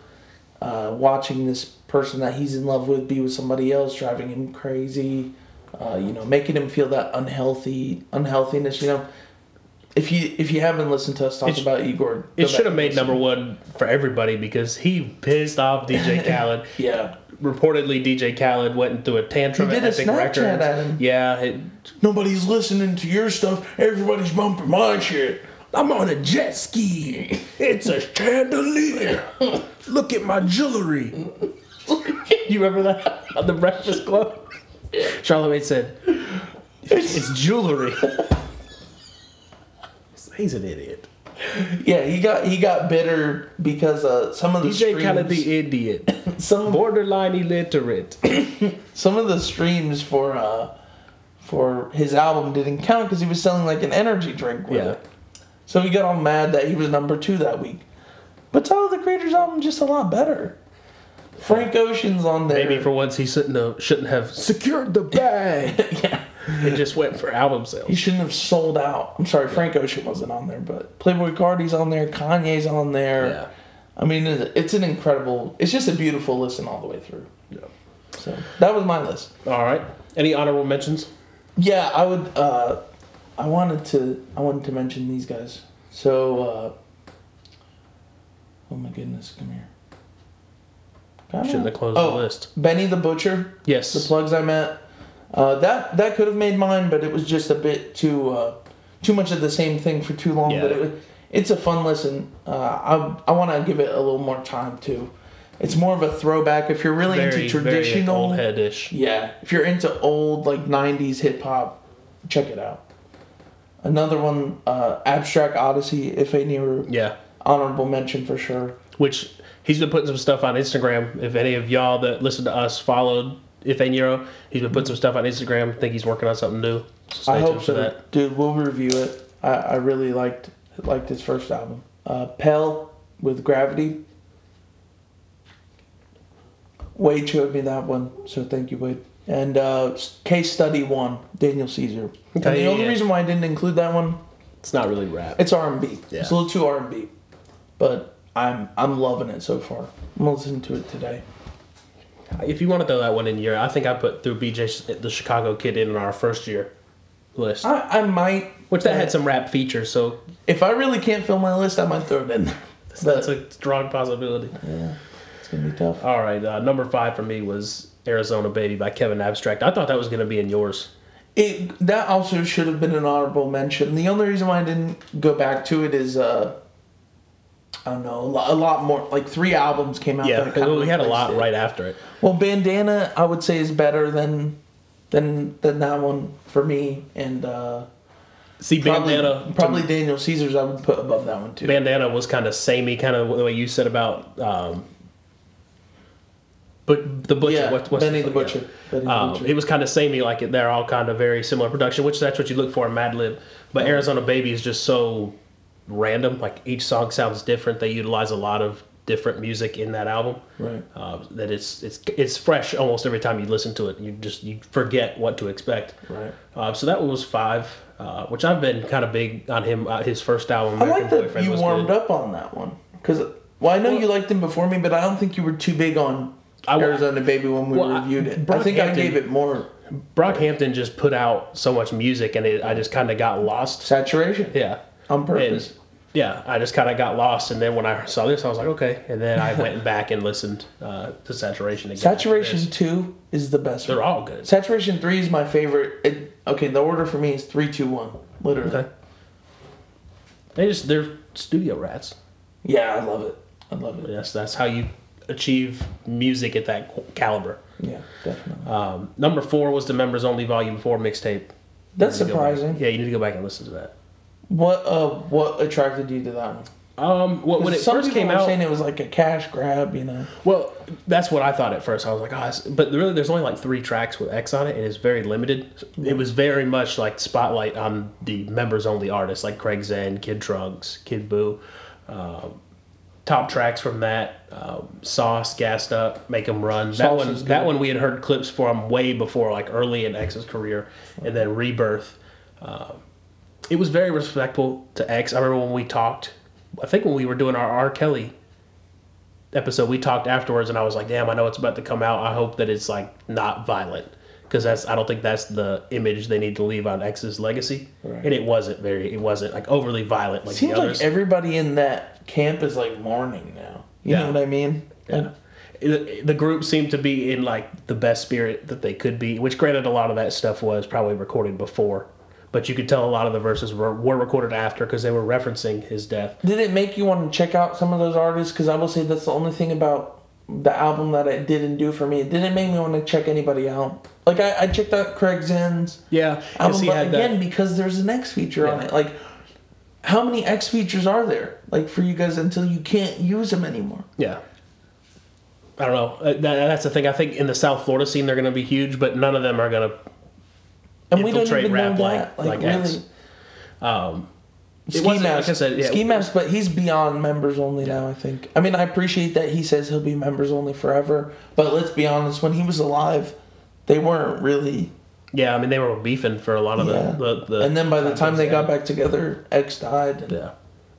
Speaker 1: uh, watching this person that he's in love with be with somebody else, driving him crazy, uh, you know, making him feel that unhealthy, unhealthiness, you know. If you if you haven't listened to us talk
Speaker 2: It sh-
Speaker 1: about Igor,
Speaker 2: It
Speaker 1: go back
Speaker 2: should have
Speaker 1: and
Speaker 2: made
Speaker 1: listen.
Speaker 2: number one for everybody because he pissed off
Speaker 1: [LAUGHS]
Speaker 2: DJ Khaled.
Speaker 1: Yeah.
Speaker 2: Reportedly, DJ Khaled went through a tantrum
Speaker 1: He
Speaker 2: at
Speaker 1: did a
Speaker 2: Epic
Speaker 1: Snapchat
Speaker 2: Records.
Speaker 1: at him.
Speaker 2: Yeah, it,
Speaker 1: Nobody's listening to your stuff. Everybody's bumping my shit.
Speaker 6: I'm on a jet ski. It's a chandelier. Look at my jewelry.
Speaker 2: [LAUGHS] You remember that on the Breakfast Club? Charlemagne said, "It's jewelry." He's an idiot.
Speaker 1: Yeah, he got he got bitter because uh, some of the
Speaker 2: DJ
Speaker 1: streams,
Speaker 2: kind of the idiot,
Speaker 1: some of
Speaker 2: borderline illiterate.
Speaker 1: some of the streams for uh for his album didn't count because he was selling like an energy drink with
Speaker 2: Yeah.
Speaker 1: it. So he got all mad that he was number two that week. But Tyler the Creator's album just a lot better. Frank Ocean's on there.
Speaker 2: Maybe for once he shouldn't have, shouldn't have secured the bag.
Speaker 1: [LAUGHS] yeah.
Speaker 2: It just went for album
Speaker 1: He
Speaker 2: sales.
Speaker 1: shouldn't have sold out. I'm sorry, Frank Ocean wasn't on there, but Playboy Cardi's on there, Kanye's on there.
Speaker 2: Yeah.
Speaker 1: I mean, it- it's an incredible. It's just a beautiful listen all the way through.
Speaker 2: Yeah.
Speaker 1: So that was my list.
Speaker 2: All right. Any honorable mentions?
Speaker 1: Yeah, I would. Uh, I wanted to. I wanted to mention these guys. So, uh, oh my goodness, come here. Come
Speaker 2: Shouldn't
Speaker 1: on.
Speaker 2: have closed the list.
Speaker 1: Benny the Butcher.
Speaker 2: Yes.
Speaker 1: The plugs I met. Uh, that that could have made mine, but it was just a bit too uh, too much of the same thing for too long.
Speaker 2: Yeah.
Speaker 1: But it, was- it's a fun listen. Uh, I I want to give it a little more time too. It's more of a throwback. If you're really
Speaker 2: very,
Speaker 1: into traditional,
Speaker 2: very old headish.
Speaker 1: yeah, if you're into old like '90s hip hop, check it out. Another one, uh, Abstract Odyssey. If any were
Speaker 2: Yeah.
Speaker 1: honorable mention for sure.
Speaker 2: Which he's been putting some stuff on Instagram. If any of y'all that listen to us followed if Nero, he's been putting some stuff on Instagram. I think he's working on something new. So stay
Speaker 1: I
Speaker 2: tuned
Speaker 1: hope
Speaker 2: for
Speaker 1: so,
Speaker 2: that.
Speaker 1: dude. We'll review it. I, I really liked liked his first album, uh, Pell with Gravity. Wade showed me that one, so thank you, Wade. And uh, s- case study one, Daniel Caesar. and
Speaker 2: Okay,
Speaker 1: the
Speaker 2: yeah,
Speaker 1: only
Speaker 2: yeah.
Speaker 1: reason why I didn't include that one,
Speaker 2: It's not really rap.
Speaker 1: it's R and B.
Speaker 2: Yeah.
Speaker 1: It's a little too R and B, but I'm I'm loving it so far. I'm listening to it today.
Speaker 2: If you want to throw that one in your, I think I put through BJ Sh- the Chicago Kid in our first year list,
Speaker 1: I, I might,
Speaker 2: which that had some rap features. So
Speaker 1: if I really can't fill my list, I might throw it in there.
Speaker 2: that's a strong possibility.
Speaker 1: It's gonna be tough.
Speaker 2: All right, uh, number five for me was Arizona Baby by Kevin Abstract. I thought that was going to be in yours.
Speaker 1: It that also should have been an honorable mention. The only reason why I didn't go back to it is uh, I don't know a lot, a lot more. Like three albums came out.
Speaker 2: Yeah,
Speaker 1: that kinda
Speaker 2: we had a
Speaker 1: replaced
Speaker 2: lot
Speaker 1: it.
Speaker 2: right after it.
Speaker 1: Well, Bandana I would say is better than than than that one for me, and uh,
Speaker 2: See,
Speaker 1: probably
Speaker 2: Bandana
Speaker 1: probably Daniel Caesar's I would put above that one too.
Speaker 2: Bandana was kind of samey, kind of the way you said about. Um, but the butcher,
Speaker 1: yeah,
Speaker 2: what, what's
Speaker 1: Benny the,
Speaker 2: yeah.
Speaker 1: Butcher. Benny the
Speaker 2: Um,
Speaker 1: Butcher.
Speaker 2: it was kind of samey, like it- they're all kind of very similar production, which that's what you look for in Mad Lib. But Arizona Baby is just so random. Like each song sounds different. They utilize a lot of different music in that album.
Speaker 1: Right.
Speaker 2: Uh, that it's it's it's fresh almost every time you listen to it. You just you forget what to expect.
Speaker 1: Right.
Speaker 2: Uh, so that one was five, uh, which I've been kind of big on him. Uh, his first album,
Speaker 1: I like
Speaker 2: American
Speaker 1: that
Speaker 2: Boyfriend,
Speaker 1: you
Speaker 2: was
Speaker 1: warmed
Speaker 2: good.
Speaker 1: up on that one because well, I know you liked him before me, but I don't think you were too big on
Speaker 2: I wa-
Speaker 1: Arizona Baby when we
Speaker 2: Well, I-
Speaker 1: reviewed it. I
Speaker 2: Brockhampton-
Speaker 1: think I gave it more
Speaker 2: Brockhampton just put out so much music, and it, I just kind of got lost.
Speaker 1: saturation.
Speaker 2: Yeah.
Speaker 1: on purpose.
Speaker 2: And yeah, I just kind of got lost, and then when I saw this, I was like, okay. And then I
Speaker 1: [LAUGHS]
Speaker 2: went back and listened uh, to Saturation again. after
Speaker 1: Saturation
Speaker 2: this.
Speaker 1: two is the best.
Speaker 2: They're
Speaker 1: one.
Speaker 2: all good.
Speaker 1: Saturation three is my favorite. It, okay, the order for me is three, two, one. Literally.
Speaker 2: Okay. They just they're studio rats.
Speaker 1: Yeah, I love it. I love it.
Speaker 2: Yes, that's how you achieve music at that qu- caliber.
Speaker 1: Yeah, definitely.
Speaker 2: Um, number four was the members only volume four mixtape.
Speaker 1: That's
Speaker 2: You need to go back-
Speaker 1: surprising.
Speaker 2: Yeah, you need to go back and listen to that.
Speaker 1: What uh, what attracted you to that one?
Speaker 2: Um, what, when it
Speaker 1: some
Speaker 2: first
Speaker 1: people
Speaker 2: came
Speaker 1: were
Speaker 2: out,
Speaker 1: saying it was like a cash grab, you know.
Speaker 2: Well, that's what I thought at first. I was like, oh, it's-" but really, there's only like three tracks with X on it, and it's very limited. It was very much like spotlight on the members only artists, like Craig Zen, Kid Trunks, Kid Boo. Um, top tracks from that: um, Sauce, Gassed Up, Make 'Em Run. That
Speaker 1: Sauce
Speaker 2: one,
Speaker 1: is good.
Speaker 2: that one, we had heard clips from way before, like early in X's career, and then Rebirth. Um, it was very respectful to X. I remember when we talked. I think when we were doing our R. Kelly episode, we talked afterwards, and I was like, "Damn, I know it's about to come out. I hope that it's like not violent, because that's I don't think that's the image they need to leave on X's legacy.
Speaker 1: Right.
Speaker 2: And it wasn't very, it wasn't like overly violent like
Speaker 1: Seems
Speaker 2: the
Speaker 1: like
Speaker 2: others.
Speaker 1: everybody in that camp is like mourning now. You
Speaker 2: Yeah.
Speaker 1: know what I mean?
Speaker 2: Yeah. It- the group seemed to be in like the best spirit that they could be, which granted, a lot of that stuff was probably recorded before but you could tell a lot of the verses were, were recorded after because they were referencing his death.
Speaker 1: Did it make you want to check out some of those artists? Because I will say that's the only thing about the album that it didn't do for me. It didn't make me want to check anybody out. Like I, I checked out Craig Zinn's
Speaker 2: Yeah,
Speaker 1: album,
Speaker 2: because he
Speaker 1: but
Speaker 2: had
Speaker 1: again
Speaker 2: that.
Speaker 1: because there's an X feature on
Speaker 2: Yeah.
Speaker 1: it. Like, how many X features are there? Like for you guys until you can't use them anymore.
Speaker 2: Yeah. I don't know. Uh, That, that's the thing. I think in the South Florida scene they're going to be huge, but none of them are going to
Speaker 1: And we don't
Speaker 2: Infiltrate
Speaker 1: even
Speaker 2: rap
Speaker 1: know that.
Speaker 2: like-
Speaker 1: Like,
Speaker 2: like X.
Speaker 1: really.
Speaker 2: Um, it
Speaker 1: Ski
Speaker 2: wasn't-
Speaker 1: Mask,
Speaker 2: like I said, yeah.
Speaker 1: Ski Mask, but he's beyond members only now. I think. I mean, I appreciate that he says he'll be members only forever, but let's be honest. When he was alive, they weren't really.
Speaker 2: yeah. I mean, they were beefing for a lot of
Speaker 1: Yeah.
Speaker 2: the, the, the.
Speaker 1: and then by the time they
Speaker 2: yeah.
Speaker 1: got back together, X died. And
Speaker 2: yeah,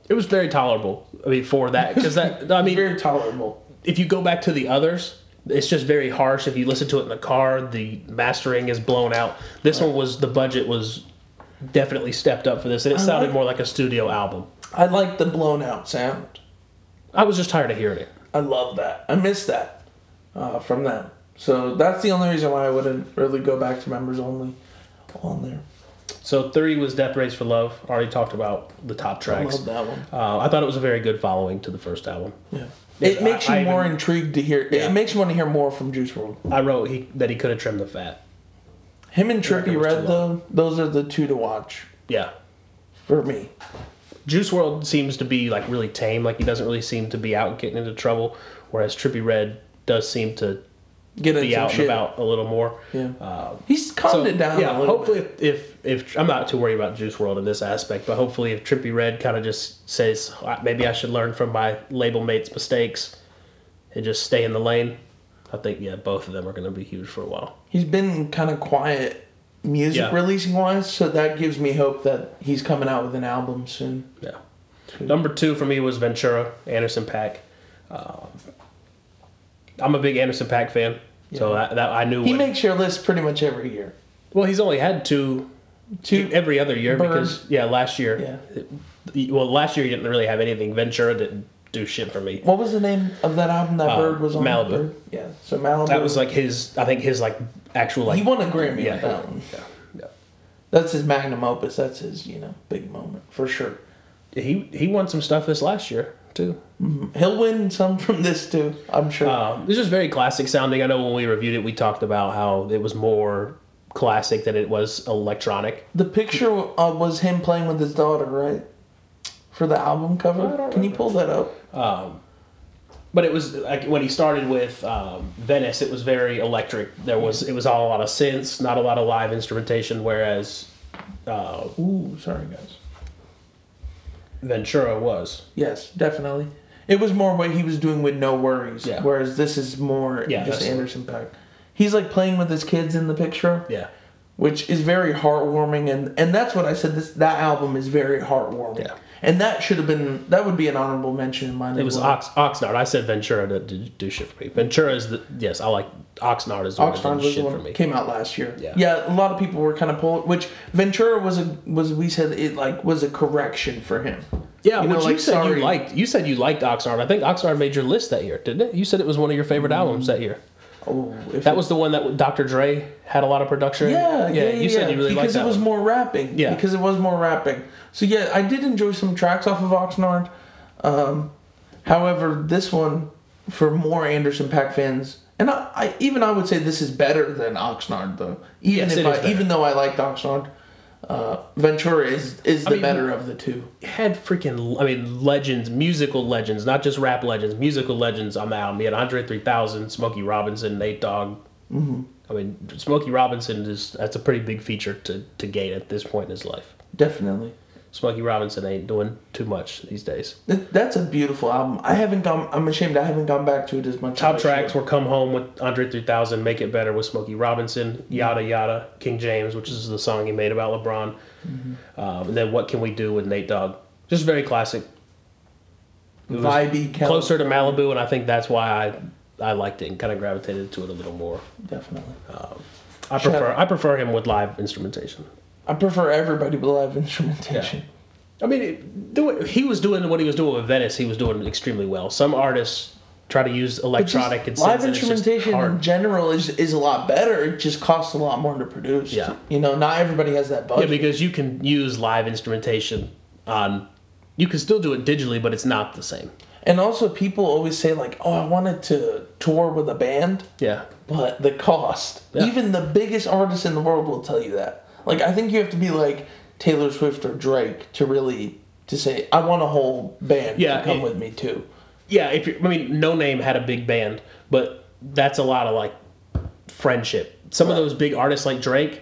Speaker 2: it was very tolerable. I mean, for that
Speaker 1: [LAUGHS]
Speaker 2: because that I mean,
Speaker 1: very tolerable.
Speaker 2: if you go back to the others, it's just very harsh. If you listen to it in the car, the mastering is blown out. This one was the budget was definitely stepped up for this, and it sounded
Speaker 1: like-
Speaker 2: more like a studio album.
Speaker 1: I like the blown out sound.
Speaker 2: I was just tired of hearing it.
Speaker 1: I love that. I miss that uh, from them. So that's the only reason why I wouldn't really go back to members only on there.
Speaker 2: So three was Death Race for Love. Already talked about the top
Speaker 1: I
Speaker 2: tracks.
Speaker 1: love that one.
Speaker 2: Uh, I thought it was a very good following to the first album.
Speaker 1: Yeah.
Speaker 2: Yeah,
Speaker 1: It makes
Speaker 2: I-
Speaker 1: you
Speaker 2: I
Speaker 1: more
Speaker 2: even-
Speaker 1: intrigued to hear.
Speaker 2: Yeah.
Speaker 1: It makes you want to hear more from Juice World.
Speaker 2: I wrote he, that he could have trimmed the fat.
Speaker 1: Him and
Speaker 2: record
Speaker 1: Trippy
Speaker 2: was too
Speaker 1: Red though, those are the two to watch
Speaker 2: Yeah.
Speaker 1: for me.
Speaker 2: Juice World seems to be like really tame. Like he doesn't really seem to be out getting into trouble, whereas Trippy Red does seem to
Speaker 1: Get
Speaker 2: be
Speaker 1: into
Speaker 2: out
Speaker 1: shit.
Speaker 2: and about a little more.
Speaker 1: Yeah.
Speaker 2: Um,
Speaker 1: He's calmed
Speaker 2: so,
Speaker 1: it down.
Speaker 2: Yeah.
Speaker 1: a little
Speaker 2: Hopefully, if, if if I'm not too worried about Juice World in this aspect, but hopefully, if Trippy Red kind of just says "Ah, maybe I should learn from my label mate's mistakes and just stay in the lane, I think yeah, both of them are going to be huge for a while.
Speaker 1: He's been kind of quiet music
Speaker 2: Yeah.
Speaker 1: releasing wise, so that gives me hope that he's coming out with an album soon.
Speaker 2: Yeah. Number two for me was Ventura, Anderson Pack. Um, I'm a big Anderson Pack fan, so
Speaker 1: Yeah.
Speaker 2: that, that I knew.
Speaker 1: He
Speaker 2: when-
Speaker 1: makes your list pretty much every year.
Speaker 2: well, he's only had two, e-,
Speaker 1: Two-
Speaker 2: every other year
Speaker 1: Bird.
Speaker 2: because yeah, last year. Yeah. Well, last year he didn't really have anything. Ventura didn't do shit for me.
Speaker 1: What was the name of that album that
Speaker 2: Uh,
Speaker 1: Bird was on?
Speaker 2: Malibu.
Speaker 1: Bird? Yeah. So Malibu.
Speaker 2: That was like his. I think his like actual like.
Speaker 1: he won a Grammy
Speaker 2: yeah,
Speaker 1: with that one.
Speaker 2: yeah, yeah.
Speaker 1: That's his magnum opus. That's his you know big moment for sure.
Speaker 2: He he won some stuff this last year too.
Speaker 1: He'll win some from this too. I'm sure.
Speaker 2: Um, it's just very classic sounding. I know when we reviewed it, we talked about how it was more classic than it was electronic.
Speaker 1: The picture uh, was him playing with his daughter, right? For the album cover. Can you pull that up?
Speaker 2: Um, but it was like when he started with um, Venice, it was very electric. There was it was all a lot of synths, not a lot of live instrumentation. Whereas uh,
Speaker 1: Ooh, sorry guys.
Speaker 2: Ventura was.
Speaker 1: Yes, definitely. It was more what he was doing with no worries.
Speaker 2: Yeah.
Speaker 1: Whereas this is more
Speaker 2: Yeah,
Speaker 1: just
Speaker 2: that's-
Speaker 1: Anderson Pack. He's like playing with his kids in the picture,
Speaker 2: Yeah,
Speaker 1: which is very heartwarming, and and that's what I said. This that album is very heartwarming.
Speaker 2: Yeah.
Speaker 1: And that should have been that would be an honorable mention in mine.
Speaker 2: it
Speaker 1: as
Speaker 2: was
Speaker 1: well.
Speaker 2: Ox, Oxnard. I said Ventura to, to do shit for me. Ventura is the yes. I like Oxnard is the one
Speaker 1: Oxnard
Speaker 2: that did
Speaker 1: was the
Speaker 2: shit
Speaker 1: one
Speaker 2: for me.
Speaker 1: came out last year.
Speaker 2: Yeah.
Speaker 1: a lot of people were kind of pulled. Which Ventura was a was we said it like was a correction for him.
Speaker 2: Yeah,
Speaker 1: You
Speaker 2: you
Speaker 1: know,
Speaker 2: which
Speaker 1: like,
Speaker 2: you said
Speaker 1: sorry.
Speaker 2: you liked. You said you liked Oxnard. I think Oxnard made your list that year, didn't it? You said it was one of your favorite
Speaker 1: Mm.
Speaker 2: albums that year.
Speaker 1: Oh, if
Speaker 2: That
Speaker 1: it-
Speaker 2: was the one that Dr. Dre had a lot of production. in.
Speaker 1: yeah, yeah, yeah.
Speaker 2: You said you really liked
Speaker 1: because
Speaker 2: that
Speaker 1: it was
Speaker 2: one.
Speaker 1: more rapping.
Speaker 2: Yeah.
Speaker 1: because it was more rapping. So yeah, I did enjoy some tracks off of Oxnard. Um, however, this one for more Anderson Pack fans, and I, I even I would say this is better than Oxnard though. Even
Speaker 2: Yes,
Speaker 1: if
Speaker 2: it is
Speaker 1: I,
Speaker 2: better.
Speaker 1: even though I liked Oxnard, uh, Ventura is is the
Speaker 2: mean,
Speaker 1: better of the two.
Speaker 2: had freaking, I mean, legends, musical legends, not just rap legends, musical legends on the album. He had Andre 3000, Smokey Robinson, Nate Dogg.
Speaker 1: Mm-hmm.
Speaker 2: I mean, Smokey Robinson is that's a pretty big feature to, to gain at this point in his life.
Speaker 1: Definitely.
Speaker 2: Smokey Robinson ain't doing too much these days.
Speaker 1: That, that's a beautiful album. I haven't gone. I'm ashamed. I haven't gone back to it as much.
Speaker 2: Top
Speaker 1: as I
Speaker 2: tracks
Speaker 1: should.
Speaker 2: were Come Home with Andre 3000, Make It Better with Smokey Robinson, Yada Yada, King James, which is the song he made about LeBron.
Speaker 1: Mm-hmm.
Speaker 2: Um, and then What Can We Do with Nate Dogg. Just very classic. It was
Speaker 1: Vibey, Cal-
Speaker 2: Closer to Malibu, and I think that's why I, I liked it and kind of gravitated to it a little more.
Speaker 1: Definitely.
Speaker 2: I
Speaker 1: Shut
Speaker 2: prefer
Speaker 1: up.
Speaker 2: I prefer him with live instrumentation.
Speaker 1: I prefer everybody with live instrumentation.
Speaker 2: I mean, it, do it, he was doing what he was doing with Venice. He was doing extremely well. Some artists try to use electronic and
Speaker 1: Just live
Speaker 2: synths, and it's just
Speaker 1: instrumentation in
Speaker 2: hard.
Speaker 1: general is, is a lot better. It just costs a lot more to produce.
Speaker 2: Yeah.
Speaker 1: You know, not everybody has that
Speaker 2: Yeah,
Speaker 1: budget.
Speaker 2: because you can use live instrumentation on. You can still do it digitally, but it's not the same.
Speaker 1: and also, people always say like, "Oh, I wanted to tour with a band."
Speaker 2: Yeah.
Speaker 1: But the cost.
Speaker 2: Yeah.
Speaker 1: Even the biggest artists in the world will tell you that. Like I think you have to be like Taylor Swift or Drake to really to say I want a whole band
Speaker 2: Yeah,
Speaker 1: to come
Speaker 2: it-
Speaker 1: with me too.
Speaker 2: Yeah, if you I mean, No Name had a big band, but that's a lot of like friendship. Some of those big artists like Drake,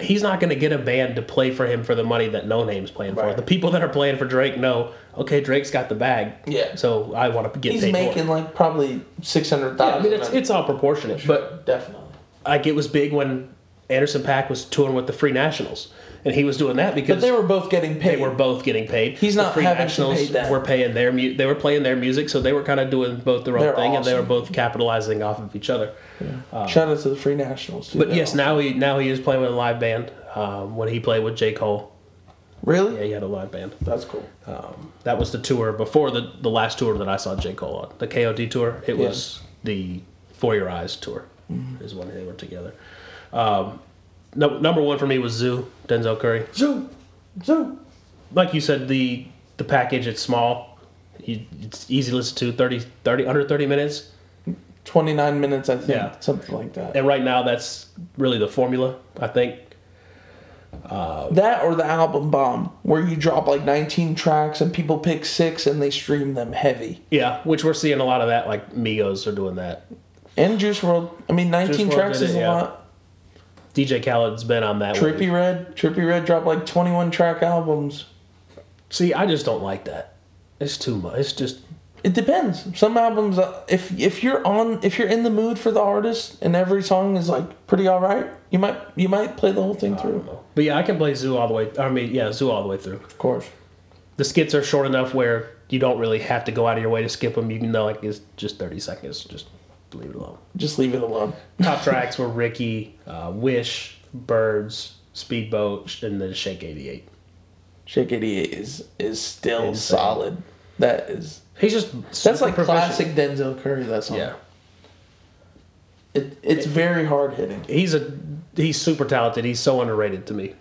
Speaker 2: he's not going to get a band to play for him for the money that No Name's playing for.
Speaker 1: Right.
Speaker 2: The people that are playing for Drake know, okay, Drake's got the bag.
Speaker 1: Yeah.
Speaker 2: So I want to get
Speaker 1: He's
Speaker 2: paid more.
Speaker 1: making like probably six hundred
Speaker 2: Yeah, I
Speaker 1: thousand.
Speaker 2: mean, it's, it's all proportionate, but
Speaker 1: definitely.
Speaker 2: like it was big when Anderson Pack was touring with the Free Nationals, and he was doing that because
Speaker 1: But they were both getting paid.
Speaker 2: they were both getting paid.
Speaker 1: He's
Speaker 2: The
Speaker 1: not
Speaker 2: Free
Speaker 1: having to
Speaker 2: Nationals
Speaker 1: pay that.
Speaker 2: were paying their mu- they were playing their music, so they were kind of doing both their own
Speaker 1: They're
Speaker 2: thing, and they were
Speaker 1: awesome.
Speaker 2: both capitalizing off of each other.
Speaker 1: Shout out to the Free Nationals too.
Speaker 2: But
Speaker 1: though.
Speaker 2: yes, now he now he is playing with a live band. Um, when he played with J Cole,
Speaker 1: really,
Speaker 2: yeah, he had a live band.
Speaker 1: that's cool.
Speaker 2: That was the tour before the the last tour that I saw J Cole on, the KOD tour.
Speaker 1: Yeah.
Speaker 2: It
Speaker 1: Mm-hmm.
Speaker 2: was the For Your Eyes tour, is when they were together. Um, no, number one for me was Zoo Denzel Curry.
Speaker 1: Zoom, zoom.
Speaker 2: like you said, the the package it's small, you, it's easy to listen to 30, 30 under thirty minutes,
Speaker 1: Twenty nine minutes, I think,
Speaker 2: Yeah.
Speaker 1: something like that.
Speaker 2: and right now that's really the formula. I think
Speaker 1: That or the album bomb, where you drop like nineteen tracks and people pick six and they stream them heavy.
Speaker 2: yeah, which we're seeing a lot of that. Like Migos are doing that.
Speaker 1: And Juice World, I mean, nineteen
Speaker 2: Juice WRLD
Speaker 1: tracks
Speaker 2: did
Speaker 1: is
Speaker 2: it,
Speaker 1: a
Speaker 2: yeah.
Speaker 1: lot.
Speaker 2: DJ Khaled's been on that.
Speaker 1: Trippy
Speaker 2: wave.
Speaker 1: Red, Trippy Red dropped like twenty one track albums.
Speaker 2: See, I just don't like that. It's too much. It's just
Speaker 1: It depends. Some albums, uh, if if you're on, if you're in the mood for the artist, and every song is like pretty all right, you might you might play the whole thing
Speaker 2: I don't
Speaker 1: through.
Speaker 2: know. But yeah, I can play Zoo all the way. I mean, yeah, Zoo all the way through.
Speaker 1: Of course.
Speaker 2: The skits are short enough where you don't really have to go out of your way to skip them. You can know like it's just thirty seconds. Just leave it alone.
Speaker 1: Just leave it alone.
Speaker 2: top tracks were Ricky, uh, Wish, Birds, Speedboat, and then Shake 88.
Speaker 1: Shake 88 is is still
Speaker 2: Insane.
Speaker 1: solid. That is
Speaker 2: He's just
Speaker 1: that's
Speaker 2: super
Speaker 1: like classic
Speaker 2: proficient.
Speaker 1: Denzel Curry. That song.
Speaker 2: Yeah,
Speaker 1: It, it's very hard hitting.
Speaker 2: he's a he's super talented. He's so underrated to me.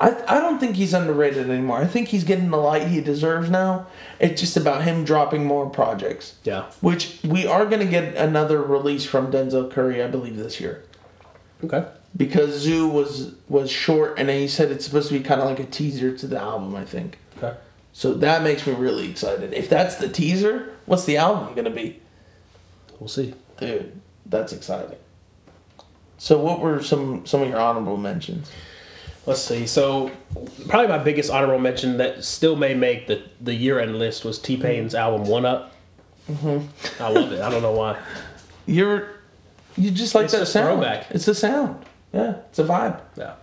Speaker 1: I I don't think he's underrated anymore. I think he's getting the light he deserves now. It's just about him dropping more projects.
Speaker 2: Yeah,
Speaker 1: Which we are gonna get another release from Denzel Curry, I believe, this year.
Speaker 2: okay.
Speaker 1: Because Zoo was was short, and he said it's supposed to be kind of like a teaser to the album. I think.
Speaker 2: Okay.
Speaker 1: So that makes me really excited. If that's the teaser, what's the album gonna be?
Speaker 2: We'll see.
Speaker 1: Dude, that's exciting. So, what were some some of your honorable mentions?
Speaker 2: Let's see. So, probably my biggest honorable mention that still may make the, the year end list was T Pain's album One Up. Mm-hmm. I love it. I don't know why.
Speaker 1: You're you just like
Speaker 2: It's
Speaker 1: that
Speaker 2: a
Speaker 1: sound.
Speaker 2: throwback.
Speaker 1: It's the sound. Yeah, it's a vibe.
Speaker 2: Yeah.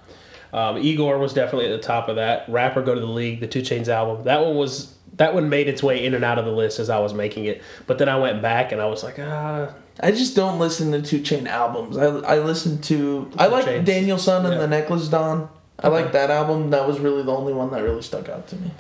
Speaker 2: Um, Igor was definitely at the top of that. Rapper Go to the League, the Two Chains album. That one was that one made its way in and out of the list as I was making it. But then I went back and I was like, ah,
Speaker 1: I just don't listen to Two Chain albums. I I listen to I like
Speaker 2: Chainz.
Speaker 1: Daniel Sun and
Speaker 2: Yeah.
Speaker 1: the Necklace Don. I like that album. That was really the only one that really stuck out to me.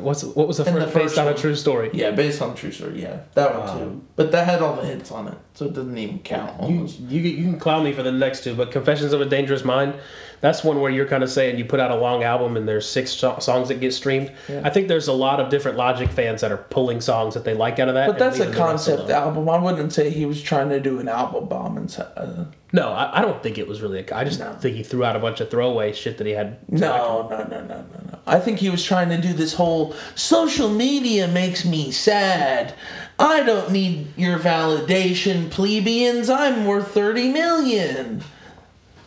Speaker 2: what's what was the
Speaker 1: And
Speaker 2: first,
Speaker 1: the
Speaker 2: based
Speaker 1: first
Speaker 2: on a
Speaker 1: one.
Speaker 2: true story?
Speaker 1: Yeah, based on True Story. Yeah, that one too. But that had all the hits on it, so it doesn't even count.
Speaker 2: You,
Speaker 1: Almost.
Speaker 2: you you can clown me for the next two, but Confessions of a Dangerous Mind, that's one where you're kind of saying you put out a long album and there's six so- songs that get streamed. I think there's a lot of different Logic fans that are pulling songs that they like out of that.
Speaker 1: but
Speaker 2: and
Speaker 1: that's a
Speaker 2: leaving the rest
Speaker 1: concept
Speaker 2: alone.
Speaker 1: album. I wouldn't say he was trying to do an album bomb. And, uh,
Speaker 2: No, I, I don't think it was really. A, I just
Speaker 1: No.
Speaker 2: think he threw out a bunch of throwaway shit that he had.
Speaker 1: No, no, no, no, no, no. I think he was trying to do this whole social media makes me sad. I don't need your validation, plebeians. I'm worth 30 million.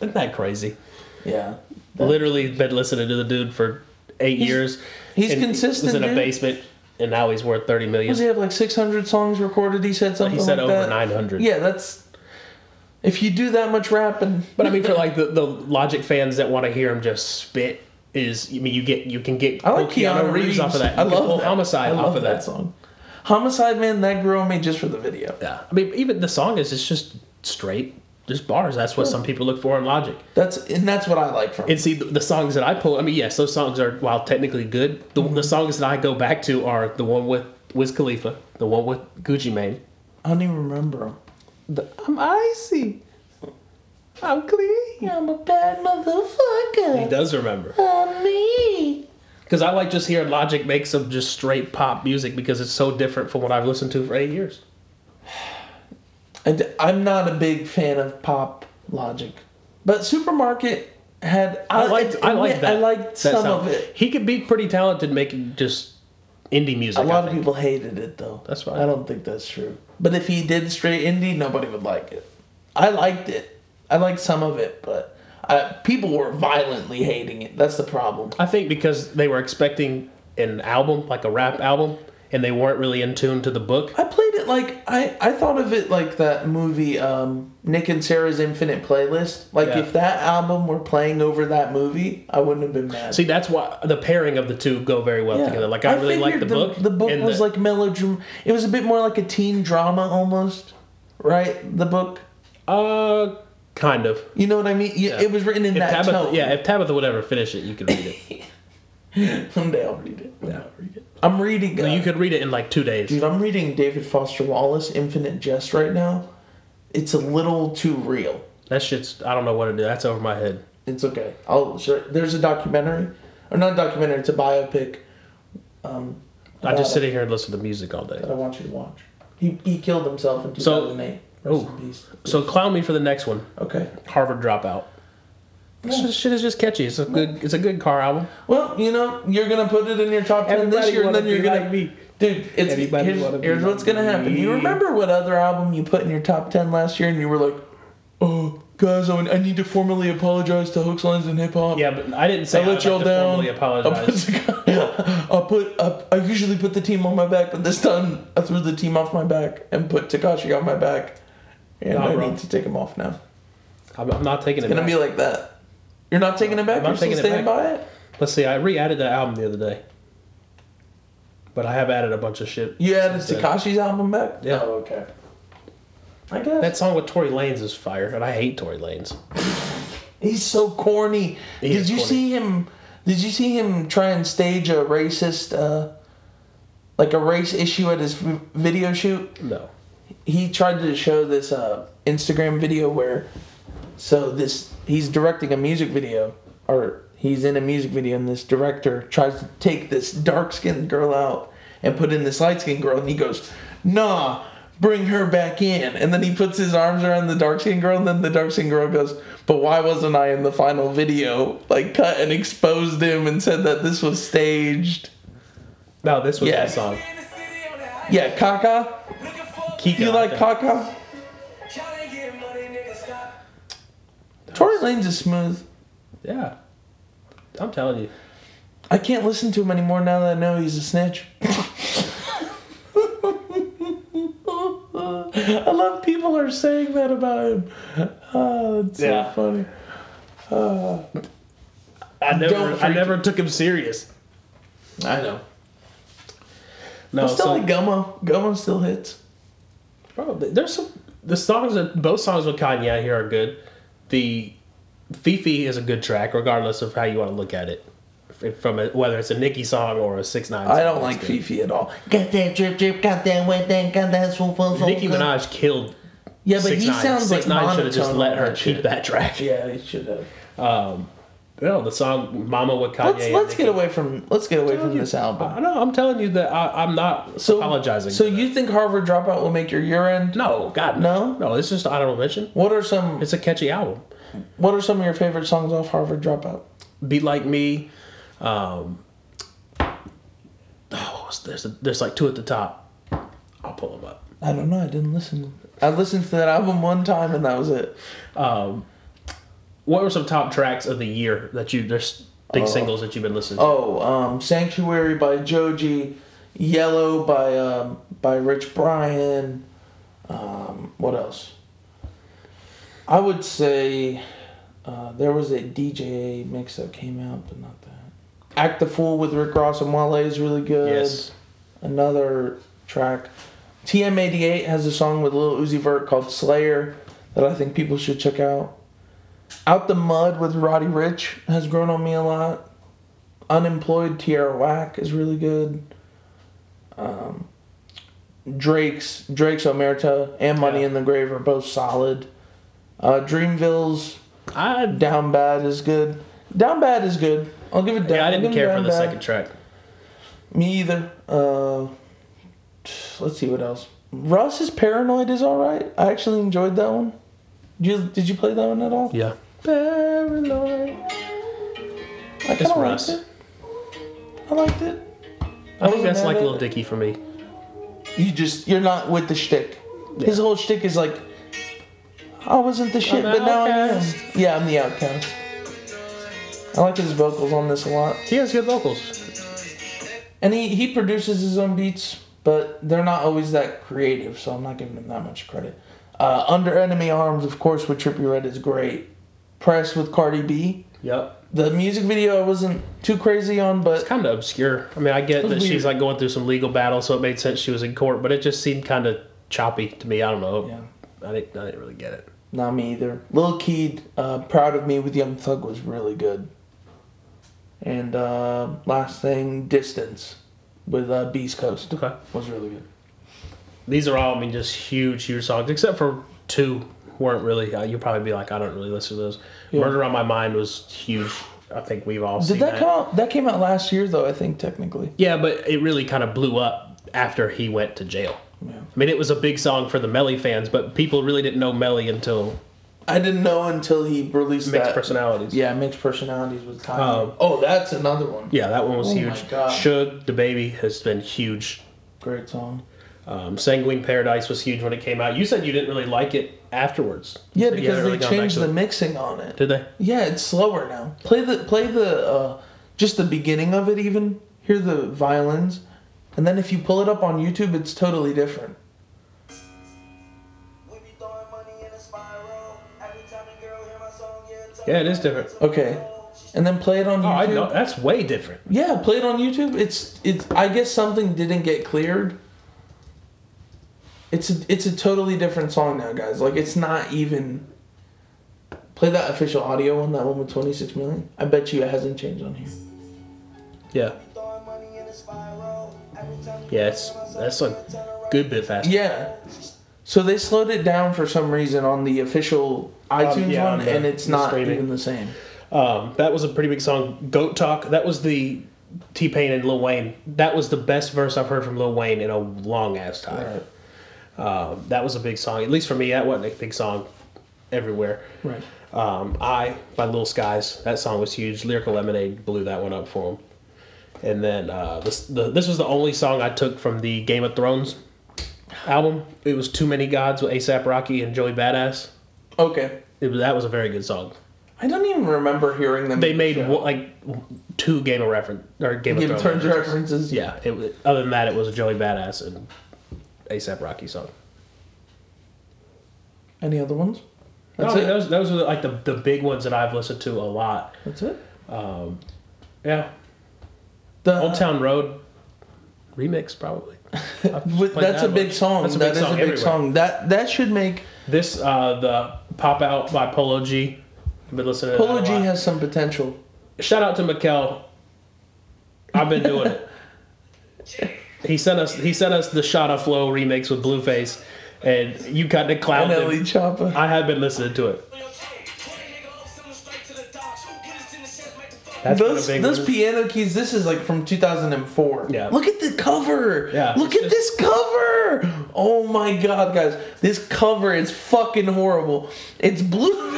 Speaker 2: Isn't that crazy?
Speaker 1: Yeah.
Speaker 2: Literally been listening to the dude for eight years.
Speaker 1: he's
Speaker 2: and
Speaker 1: consistent,
Speaker 2: Was in a
Speaker 1: dude.
Speaker 2: basement, and now he's worth thirty million.
Speaker 1: Does he have like 600 songs recorded? He said something.
Speaker 2: he said
Speaker 1: like
Speaker 2: over
Speaker 1: that.
Speaker 2: 900.
Speaker 1: Yeah, that's. If you do that much rapping.
Speaker 2: But I mean, for like the, the Logic fans that want to hear him just spit, is I mean, you get you can get
Speaker 1: I like
Speaker 2: pull
Speaker 1: Keanu, Reeves,
Speaker 2: Oh, off of that. You
Speaker 1: I
Speaker 2: can
Speaker 1: love
Speaker 2: pull
Speaker 1: that.
Speaker 2: Homicide
Speaker 1: I love
Speaker 2: off of that.
Speaker 1: song. Homicide, man, that grew on me just for the video.
Speaker 2: Yeah, I mean, even the song is it's just straight, just bars. That's what some people look for in Logic.
Speaker 1: That's and that's what I like from.
Speaker 2: And see, the, the songs
Speaker 1: Mm-hmm.
Speaker 2: that I pull, I mean, yes, those songs are, while technically good, the, the songs that I go back to are the one with Wiz Khalifa, the one with Gucci Mane.
Speaker 1: I don't even remember him.
Speaker 2: The, I'm icy. I'm clean.
Speaker 1: I'm a bad
Speaker 2: He
Speaker 1: motherfucker.
Speaker 2: does remember.
Speaker 1: I'm me.
Speaker 2: Because I like just hearing Logic make some just straight pop music because it's so different from what I've listened to for eight years.
Speaker 1: And I'm not a big fan of pop logic, but Supermarket had
Speaker 2: I liked,
Speaker 1: admit
Speaker 2: I liked that.
Speaker 1: I liked
Speaker 2: that
Speaker 1: some
Speaker 2: sound.
Speaker 1: of it.
Speaker 2: He could be pretty talented making just indie music.
Speaker 1: A
Speaker 2: I
Speaker 1: lot of
Speaker 2: think.
Speaker 1: people hated it though.
Speaker 2: That's fine.
Speaker 1: I don't think that's true. But if he did straight indie, nobody would like it. I liked it. I liked some of it, but I, people were violently hating it. That's the problem.
Speaker 2: I think because they were expecting an album, like a rap album, and they weren't really in tune to the book.
Speaker 1: I played it like I, I thought of it like that movie um, Nick and Sarah's Infinite Playlist. Like
Speaker 2: Yeah.
Speaker 1: if that album were playing over that movie, I wouldn't have been mad.
Speaker 2: See, that's why the pairing of the two go very well
Speaker 1: Yeah.
Speaker 2: together. Like I, really like the,
Speaker 1: figured
Speaker 2: book.
Speaker 1: The book
Speaker 2: and
Speaker 1: was
Speaker 2: the-
Speaker 1: like melodram. It was a bit more like a teen drama almost, right? The book.
Speaker 2: uh, kind of.
Speaker 1: You know what I mean? You-
Speaker 2: Yeah.
Speaker 1: It was written in
Speaker 2: If
Speaker 1: that
Speaker 2: Tabitha,
Speaker 1: tone.
Speaker 2: yeah, if Tabitha would ever finish it, you could read it.
Speaker 1: [LAUGHS] Someday I'll read it. [LAUGHS] Yeah, I'll read it. I'm reading. Uh,
Speaker 2: you could read it in like two days.
Speaker 1: dude, I'm reading David Foster Wallace Infinite Jest right now. It's a little too real.
Speaker 2: That shit's. I don't know what to do. That's over my head.
Speaker 1: It's okay. I'll. Sure, there's a documentary, or not a documentary. It's a biopic. Um,
Speaker 2: I
Speaker 1: about
Speaker 2: just
Speaker 1: it
Speaker 2: sit here and listen to music all day.
Speaker 1: that I want you to watch. He he killed himself in
Speaker 2: So-
Speaker 1: 2008. Rest in
Speaker 2: Oh,
Speaker 1: peace.
Speaker 2: so clown me for the next one.
Speaker 1: Okay.
Speaker 2: Harvard dropout. This
Speaker 1: Yeah.
Speaker 2: is- shit is just catchy. It's a good. It's a good car album.
Speaker 1: Well, you know, you're gonna put it in your top ten this
Speaker 2: Everybody
Speaker 1: year, and
Speaker 2: wanna
Speaker 1: then you're
Speaker 2: be
Speaker 1: gonna
Speaker 2: like me.
Speaker 1: Dude, it's
Speaker 2: Everybody
Speaker 1: here's,
Speaker 2: wanna be
Speaker 1: here's
Speaker 2: like
Speaker 1: what's gonna happen. You
Speaker 2: me.
Speaker 1: remember what other album you put in your top ten last year, and you were like, "Oh, guys, I I need to formally apologize to Hooks, Lines, and Hip Hop."
Speaker 2: Yeah, but I did't say
Speaker 1: I let y'all down.
Speaker 2: Formally
Speaker 1: I [LAUGHS] put,
Speaker 2: apologize.
Speaker 1: [LAUGHS] Taka- I, put I, I usually put the team on my back, but this time I threw the team off my back and put Takashi on my back, and
Speaker 2: Nah,
Speaker 1: I
Speaker 2: bro.
Speaker 1: need to take him off now.
Speaker 2: I'm, I'm not taking it.
Speaker 1: It's gonna
Speaker 2: back.
Speaker 1: be like that. You're not taking it back.
Speaker 2: I'm not
Speaker 1: You're still
Speaker 2: taking it
Speaker 1: standing
Speaker 2: back.
Speaker 1: by it.
Speaker 2: Let's see. I re-added that album the other day, but I have added a bunch of shit.
Speaker 1: You added
Speaker 2: since then.
Speaker 1: Takashi's album back.
Speaker 2: Yeah.
Speaker 1: Oh, okay. I guess
Speaker 2: That song with Tory Lanez is fire, and I hate Tory Lanez.
Speaker 1: he's so corny.
Speaker 2: He
Speaker 1: did
Speaker 2: is
Speaker 1: you
Speaker 2: corny.
Speaker 1: see him? Did you see him try and stage a racist, uh, like a race issue at his v- video shoot?
Speaker 2: No.
Speaker 1: he tried to show this uh, Instagram video where, so this he's directing a music video or he's in a music video and this director tries to take this dark skinned girl out and put in this light skinned girl and he goes, nah, bring her back in and then he puts his arms around the dark skinned girl and then the dark skinned girl goes, but why wasn't I in the final video? Like cut and exposed him and said that this was staged.
Speaker 2: No, this was
Speaker 1: Yeah.
Speaker 2: that song.
Speaker 1: Yeah, Kaka.
Speaker 2: Kika,
Speaker 1: You
Speaker 2: I
Speaker 1: like
Speaker 2: think.
Speaker 1: Kaka? Tory Lanez is smooth.
Speaker 2: Yeah. I'm telling you.
Speaker 1: I can't listen to him anymore now that I know he's a snitch. [LAUGHS] I love people are saying that about him. Oh, it's
Speaker 2: Yeah.
Speaker 1: so funny.
Speaker 2: I never,
Speaker 1: Don't
Speaker 2: I
Speaker 1: freak-
Speaker 2: never took him serious.
Speaker 1: I know.
Speaker 2: No,
Speaker 1: I still
Speaker 2: so-
Speaker 1: like Gummo. Gummo still hits.
Speaker 2: Bro, th- there's some the songs that both songs with Kanye out here are good. The Fifi is a good track, regardless of how you want to look at it. F- From a, whether it's a Nicki song or a Six Nine.
Speaker 1: I don't like Fifi at all. Got that drip drip, got that wet thing, got that swoop swoop, swoop.
Speaker 2: Nicki Minaj killed.
Speaker 1: Yeah, but
Speaker 2: 6ix9ine.
Speaker 1: he sounds like
Speaker 2: 6ix9ine
Speaker 1: monotone.
Speaker 2: should have just let
Speaker 1: on
Speaker 2: her
Speaker 1: that
Speaker 2: keep
Speaker 1: shit.
Speaker 2: that track.
Speaker 1: Yeah, he should have.
Speaker 2: No, the song "Mama" with Kanye.
Speaker 1: Let's
Speaker 2: and
Speaker 1: let's
Speaker 2: Nicki.
Speaker 1: get away from let's get away from this album.
Speaker 2: I know. I'm telling you that I, I'm not
Speaker 1: So
Speaker 2: apologizing.
Speaker 1: So
Speaker 2: for that.
Speaker 1: you think Harvard Dropout will make your year end?
Speaker 2: No, God,
Speaker 1: No?
Speaker 2: no. It's just an honorable mention.
Speaker 1: What are some
Speaker 2: It's a catchy album.
Speaker 1: What are some of your favorite songs off Harvard Dropout?
Speaker 2: Be Like Me. Um, oh, what's- there's there's like two at the top. I'll pull them up.
Speaker 1: I don't know. I didn't listen. I listened to that album one time and that was it.
Speaker 2: Um, what were some top tracks of the year that you there's big
Speaker 1: Uh,
Speaker 2: singles that you've been listening to?
Speaker 1: Oh, um, Sanctuary by Joji, Yellow by um, by Rich Brian. Um, what else? I would say uh, there was a DJ mix that came out, but not that. Act the Fool with Rick Ross and Wale is really good.
Speaker 2: yes,
Speaker 1: another track. TM88 has a song with Lil Uzi Vert called Slayer that I think people should check out. Out the Mud with Roddy Rich has grown on me a lot. Unemployed Tierra Whack is really good. Um, Drake's Drake's Omerta and Money
Speaker 2: Yeah.
Speaker 1: in the Grave are both solid. Uh, Dreamville's
Speaker 2: I,
Speaker 1: Down Bad is good. Down Bad is good. I'll give it down.
Speaker 2: yeah, I
Speaker 1: I'll
Speaker 2: didn't
Speaker 1: give
Speaker 2: care
Speaker 1: Down
Speaker 2: for the
Speaker 1: Bad.
Speaker 2: second track.
Speaker 1: Me either. Uh, let's see what else. Russ is Paranoid is all right. I actually enjoyed that one. Did you, did you play that one at all?
Speaker 2: Yeah.
Speaker 1: Paranoid. I kind of liked
Speaker 2: Russ.
Speaker 1: it. I liked it.
Speaker 2: I think
Speaker 1: wasn't
Speaker 2: that's
Speaker 1: mad
Speaker 2: like
Speaker 1: at
Speaker 2: Little
Speaker 1: it.
Speaker 2: Dicky for me.
Speaker 1: You just you're not with the shtick. His whole shtick is like, I wasn't the shit,
Speaker 2: an
Speaker 1: but now
Speaker 2: outcast."
Speaker 1: I am. Yeah, I'm the outcast. I like his vocals on this a lot,
Speaker 2: He has good vocals.
Speaker 1: and he he produces his own beats, but they're not always that creative, so I'm not giving him that much credit. Uh, Under Enemy Arms, of course, with Trippie Redd is great. Press with Cardi B.
Speaker 2: Yep.
Speaker 1: The music video I wasn't too crazy on,
Speaker 2: It's
Speaker 1: but
Speaker 2: kind of obscure. I mean, I get that
Speaker 1: was weird.
Speaker 2: she's like going through some legal battle, so it made sense she was in court, but it just seemed kind of choppy to me. I don't know.
Speaker 1: yeah,
Speaker 2: I didn't, I didn't really get it.
Speaker 1: not me either. Lil Keed, uh, Proud of Me with Young Thug was really good. And uh, last thing, Distance with uh, Beast Coast
Speaker 2: Okay.
Speaker 1: was really good.
Speaker 2: These are all, I mean, just huge, huge songs, except for two weren't really. Uh, you'll probably be like, I don't really listen to those.
Speaker 1: Yeah.
Speaker 2: Murder on My Mind was huge. I think we've all
Speaker 1: Did
Speaker 2: seen
Speaker 1: that come out? That came out last year, though. I think technically.
Speaker 2: Yeah, but it really kind of blew up after he went to jail.
Speaker 1: Yeah.
Speaker 2: I mean, it was a big song for the Melly fans, but people really didn't know Melly until
Speaker 1: I didn't know until he released
Speaker 2: Mixed
Speaker 1: that.
Speaker 2: Personalities.
Speaker 1: Yeah, mixed personalities was time.
Speaker 2: Um,
Speaker 1: oh, that's another one.
Speaker 2: Yeah, that one was
Speaker 1: Oh my
Speaker 2: huge.
Speaker 1: God.
Speaker 2: Suge, the baby, has been huge.
Speaker 1: Great song.
Speaker 2: Um, Sanguine Paradise was huge when it came out. You said you didn't really like it afterwards.
Speaker 1: Yeah,
Speaker 2: So you
Speaker 1: because
Speaker 2: haven't
Speaker 1: they
Speaker 2: really gone back
Speaker 1: changed
Speaker 2: to
Speaker 1: the
Speaker 2: it.
Speaker 1: mixing on it.
Speaker 2: Did they?
Speaker 1: Yeah, it's slower now. Play the play the uh, just the beginning of it. Even hear the violins, and then if you pull it up on YouTube, it's totally different.
Speaker 2: Yeah, it is different.
Speaker 1: Okay, and then play it on
Speaker 2: Oh, I
Speaker 1: YouTube.
Speaker 2: know. That's way different.
Speaker 1: Yeah, play it on YouTube. It's it's. I guess something didn't get cleared. It's a, it's a totally different song now, guys. Like it's not even. Play that official audio one, that one with twenty six million. I bet you it hasn't changed on here.
Speaker 2: Yeah. Yeah, it's, that's a good bit faster.
Speaker 1: Yeah. So they slowed it down for some reason on the official iTunes
Speaker 2: Um, yeah,
Speaker 1: one,
Speaker 2: on the-
Speaker 1: and it's
Speaker 2: the
Speaker 1: not
Speaker 2: streaming.
Speaker 1: even the same.
Speaker 2: Um, that was a pretty big song. Goat Talk. That was the T Pain and Lil Wayne. That was the best verse I've heard from Lil Wayne in a long ass time. Um, that was a big song, at least for me. That wasn't a big song everywhere.
Speaker 1: Right.
Speaker 2: Um, I by Lil Skies. That song was huge. Lyrical Lemonade blew that one up for him. And then uh, this the, this was the only song I took from the Game of Thrones album. It was Too Many Gods with ASAP Rocky and Joey Badass.
Speaker 1: Okay.
Speaker 2: It was, that was a very good song.
Speaker 1: I don't even remember hearing them.
Speaker 2: They made one, like two Game of Reference or Game,
Speaker 1: Game
Speaker 2: of
Speaker 1: of
Speaker 2: Thrones.
Speaker 1: Thrones references.
Speaker 2: Yeah. It, was- other than that, it was a Joey Badass and ASAP Rocky song.
Speaker 1: Any other ones?
Speaker 2: That's
Speaker 1: That's it.
Speaker 2: Those those are like the, the big ones that I've listened to a lot.
Speaker 1: That's it.
Speaker 2: Yeah.
Speaker 1: The,
Speaker 2: Old Town Road remix probably.
Speaker 1: But
Speaker 2: Play
Speaker 1: that's a
Speaker 2: that
Speaker 1: big
Speaker 2: one.
Speaker 1: song. That's
Speaker 2: That's
Speaker 1: a
Speaker 2: a big song
Speaker 1: big
Speaker 2: everywhere.
Speaker 1: song. That that should make
Speaker 2: This uh the Pop Out by Polo G. I've been listening to
Speaker 1: Polo
Speaker 2: that a
Speaker 1: G
Speaker 2: lot.
Speaker 1: has some potential.
Speaker 2: Shout out to Mikkel. I've been doing
Speaker 1: [LAUGHS]
Speaker 2: it. He sent us he sent us the Shot of Flow remix with Blueface and you kind of
Speaker 1: And
Speaker 2: clowned
Speaker 1: Ellie
Speaker 2: him.
Speaker 1: E Choppa.
Speaker 2: I have been listening to it. That's
Speaker 1: Those
Speaker 2: been a big
Speaker 1: those
Speaker 2: one.
Speaker 1: piano keys. This is like from 2004.
Speaker 2: Yeah.
Speaker 1: Look at the cover.
Speaker 2: Yeah,
Speaker 1: Look
Speaker 2: it's
Speaker 1: at this cover. Oh my god, guys, this cover is fucking horrible. It's blue.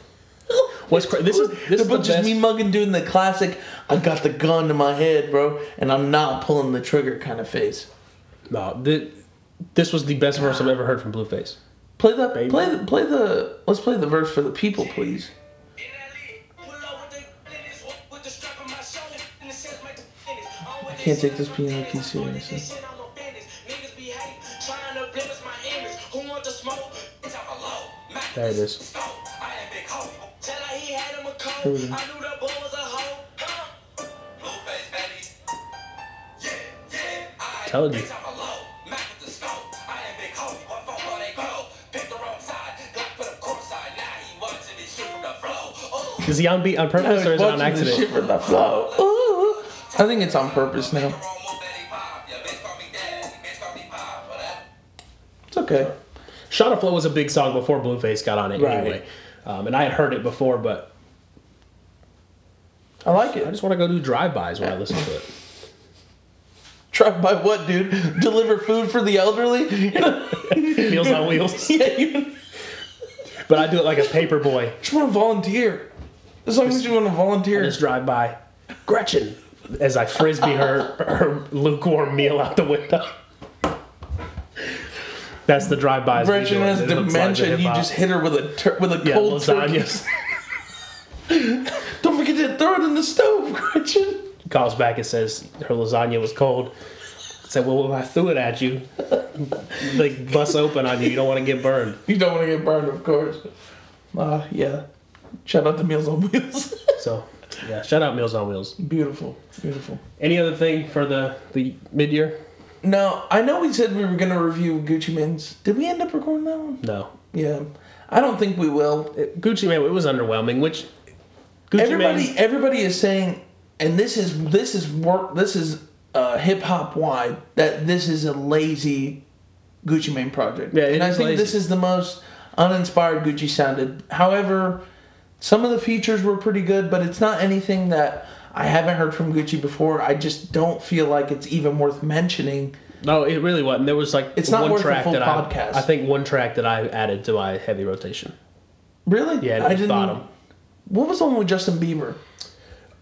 Speaker 1: [LAUGHS]
Speaker 2: What's cra- this is this
Speaker 1: This
Speaker 2: is
Speaker 1: a
Speaker 2: the
Speaker 1: bunch of
Speaker 2: best.
Speaker 1: me mugging doing the classic. I got the gun to my head, bro, and I'm not pulling the trigger kind of face.
Speaker 2: no, thi- this was the best verse I've ever heard from Blueface.
Speaker 1: Play that.
Speaker 2: Baby.
Speaker 1: Play the. Play the. Let's play the verse for the people, please.
Speaker 7: I can't take this piano key seriously.
Speaker 2: There it is.
Speaker 7: Here we
Speaker 1: go.
Speaker 2: Telling you.
Speaker 7: Oh,
Speaker 2: Is he on beat on purpose or is it on
Speaker 1: Watching this shit
Speaker 2: accident?
Speaker 1: from the flow. Ooh. I think it's on purpose now.
Speaker 7: Wrong move, that he pop. Your bitch call me dad, your bitch call me pop.
Speaker 1: okay.
Speaker 2: Shot of Flow was a big song before Blueface got on it
Speaker 1: Right.
Speaker 2: anyway. Um, and I had heard it before, but
Speaker 1: I like
Speaker 2: I
Speaker 1: it.
Speaker 2: just want to go do drive-bys when I listen to it. [LAUGHS]
Speaker 1: Drive by what, dude? Deliver food for the elderly? You know?
Speaker 2: Meals on [LAUGHS] Wheels.
Speaker 1: yeah, you
Speaker 2: But I do it like a paper boy.
Speaker 1: just want to volunteer. As long as you want to
Speaker 2: I
Speaker 1: volunteer.
Speaker 2: just drive by. Gretchen. As I frisbee her, her lukewarm meal out the window. That's the drive-bys. we
Speaker 1: Gretchen
Speaker 2: do.
Speaker 1: has
Speaker 2: It looks like the
Speaker 1: dementia. and You
Speaker 2: hip-hop.
Speaker 1: just hit her with a tur- with a
Speaker 2: yeah,
Speaker 1: cold turkey.
Speaker 2: lasagnas.
Speaker 1: Don't forget to throw it in the stove, [LAUGHS] Gretchen.
Speaker 2: [LAUGHS] calls back and says her lasagna was cold. I said, well, I threw it at you. like, bust open on you. You don't want to get burned.
Speaker 1: You don't want to get burned, of course. Uh, yeah. Shout out to Meals on Wheels. [LAUGHS]
Speaker 2: So, yeah, shout out Meals on Wheels.
Speaker 1: beautiful, beautiful.
Speaker 2: Any other thing for the, the mid-year?
Speaker 1: Now I know we said we were gonna review Gucci Mane's. Did we end up recording that one?
Speaker 2: No.
Speaker 1: Yeah. I don't think we will.
Speaker 2: Gucci Mane, it was underwhelming, which... Gucci
Speaker 1: everybody,
Speaker 2: Mane,
Speaker 1: everybody is saying, and this is this is work. This is uh, hip hop wide. That this is a lazy Gucci Mane project.
Speaker 2: Yeah, it
Speaker 1: and I
Speaker 2: is
Speaker 1: think
Speaker 2: lazy.
Speaker 1: this is the most uninspired Gucci sounded. However, some of the features were pretty good, but it's not anything that I haven't heard from Gucci before. I just don't feel like it's even worth mentioning.
Speaker 2: no, it really wasn't. There was like
Speaker 1: It's not worth a full
Speaker 2: that
Speaker 1: podcast.
Speaker 2: I, I think one track that I added to my heavy rotation.
Speaker 1: Really?
Speaker 2: Yeah,
Speaker 1: I
Speaker 2: at the bottom.
Speaker 1: What was the one with Justin Bieber?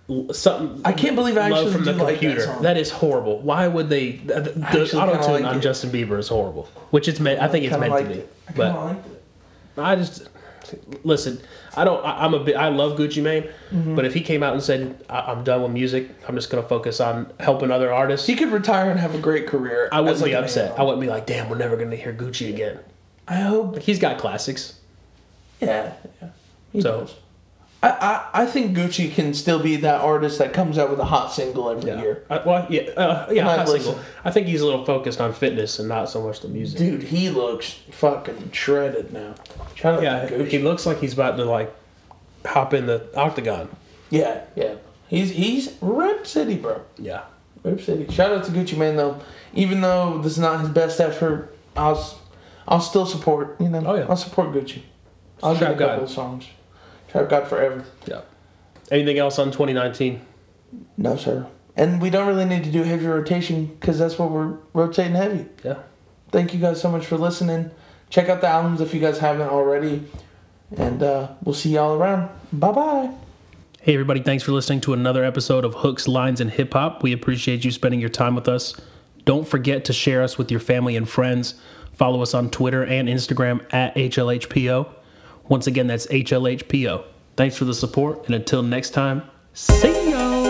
Speaker 2: L- Something
Speaker 1: I can't believe I
Speaker 2: Love
Speaker 1: actually
Speaker 2: from the
Speaker 1: do like that
Speaker 2: computer.
Speaker 1: song.
Speaker 2: that is horrible. Why would they? The, the
Speaker 1: I actually kinda
Speaker 2: auto tune
Speaker 1: like
Speaker 2: on
Speaker 1: it.
Speaker 2: Justin Bieber is horrible. Which it's meant. I think it's
Speaker 1: Kinda
Speaker 2: meant
Speaker 1: liked
Speaker 2: to be.
Speaker 1: it. I kinda
Speaker 2: But
Speaker 1: liked it.
Speaker 2: I just listen. I don't. I, I'm a bit. I love Gucci Mane,
Speaker 1: Mm-hmm.
Speaker 2: but if he came out and said, I, "I'm done with music. I'm just gonna focus on helping other artists,"
Speaker 1: He could retire and have a great career.
Speaker 2: I
Speaker 1: as,
Speaker 2: wouldn't
Speaker 1: like,
Speaker 2: be
Speaker 1: an
Speaker 2: upset. I
Speaker 1: A&R.
Speaker 2: wouldn't be like, "Damn, we're never gonna hear Gucci again."
Speaker 1: I hope.
Speaker 2: He's got classics.
Speaker 1: Yeah. yeah. He
Speaker 2: So-
Speaker 1: does. I, I, I think Gucci can still be that artist that comes out with a hot single every
Speaker 2: Yeah.
Speaker 1: year.
Speaker 2: I, well, yeah. Uh, yeah.
Speaker 1: Not
Speaker 2: hot single.
Speaker 1: listen.
Speaker 2: I think he's a little focused on fitness and not so much the music.
Speaker 1: Dude, he looks fucking shredded now. Shout out
Speaker 2: Yeah,
Speaker 1: to Gucci.
Speaker 2: he looks like he's about to like hop in the octagon.
Speaker 1: yeah, yeah. He's he's Rip City, bro.
Speaker 2: Yeah.
Speaker 1: Rip City. Shout out to Gucci Mane though. Even though this is not his best effort, I'll s- I'll still support. You know,
Speaker 2: Oh, yeah.
Speaker 1: I'll support Gucci. I'll
Speaker 2: Trap
Speaker 1: get a couple
Speaker 2: God.
Speaker 1: of songs. Trap God forever.
Speaker 2: Yeah. Anything else on 2019?
Speaker 1: No, sir. And we don't really need to do heavy rotation because that's what we're rotating heavy.
Speaker 2: Yeah.
Speaker 1: Thank you guys so much for listening. Check out the albums if you guys haven't already. And uh, we'll see y'all around. Bye bye.
Speaker 2: Hey, everybody. Thanks for listening to another episode of Hooks, Lines, and Hip Hop. We appreciate you spending your time with us. Don't forget to share us with your family and friends. Follow us on Twitter and Instagram at HLHPO. Once again, that's HLHPO. Thanks for the support. And until next time, see ya.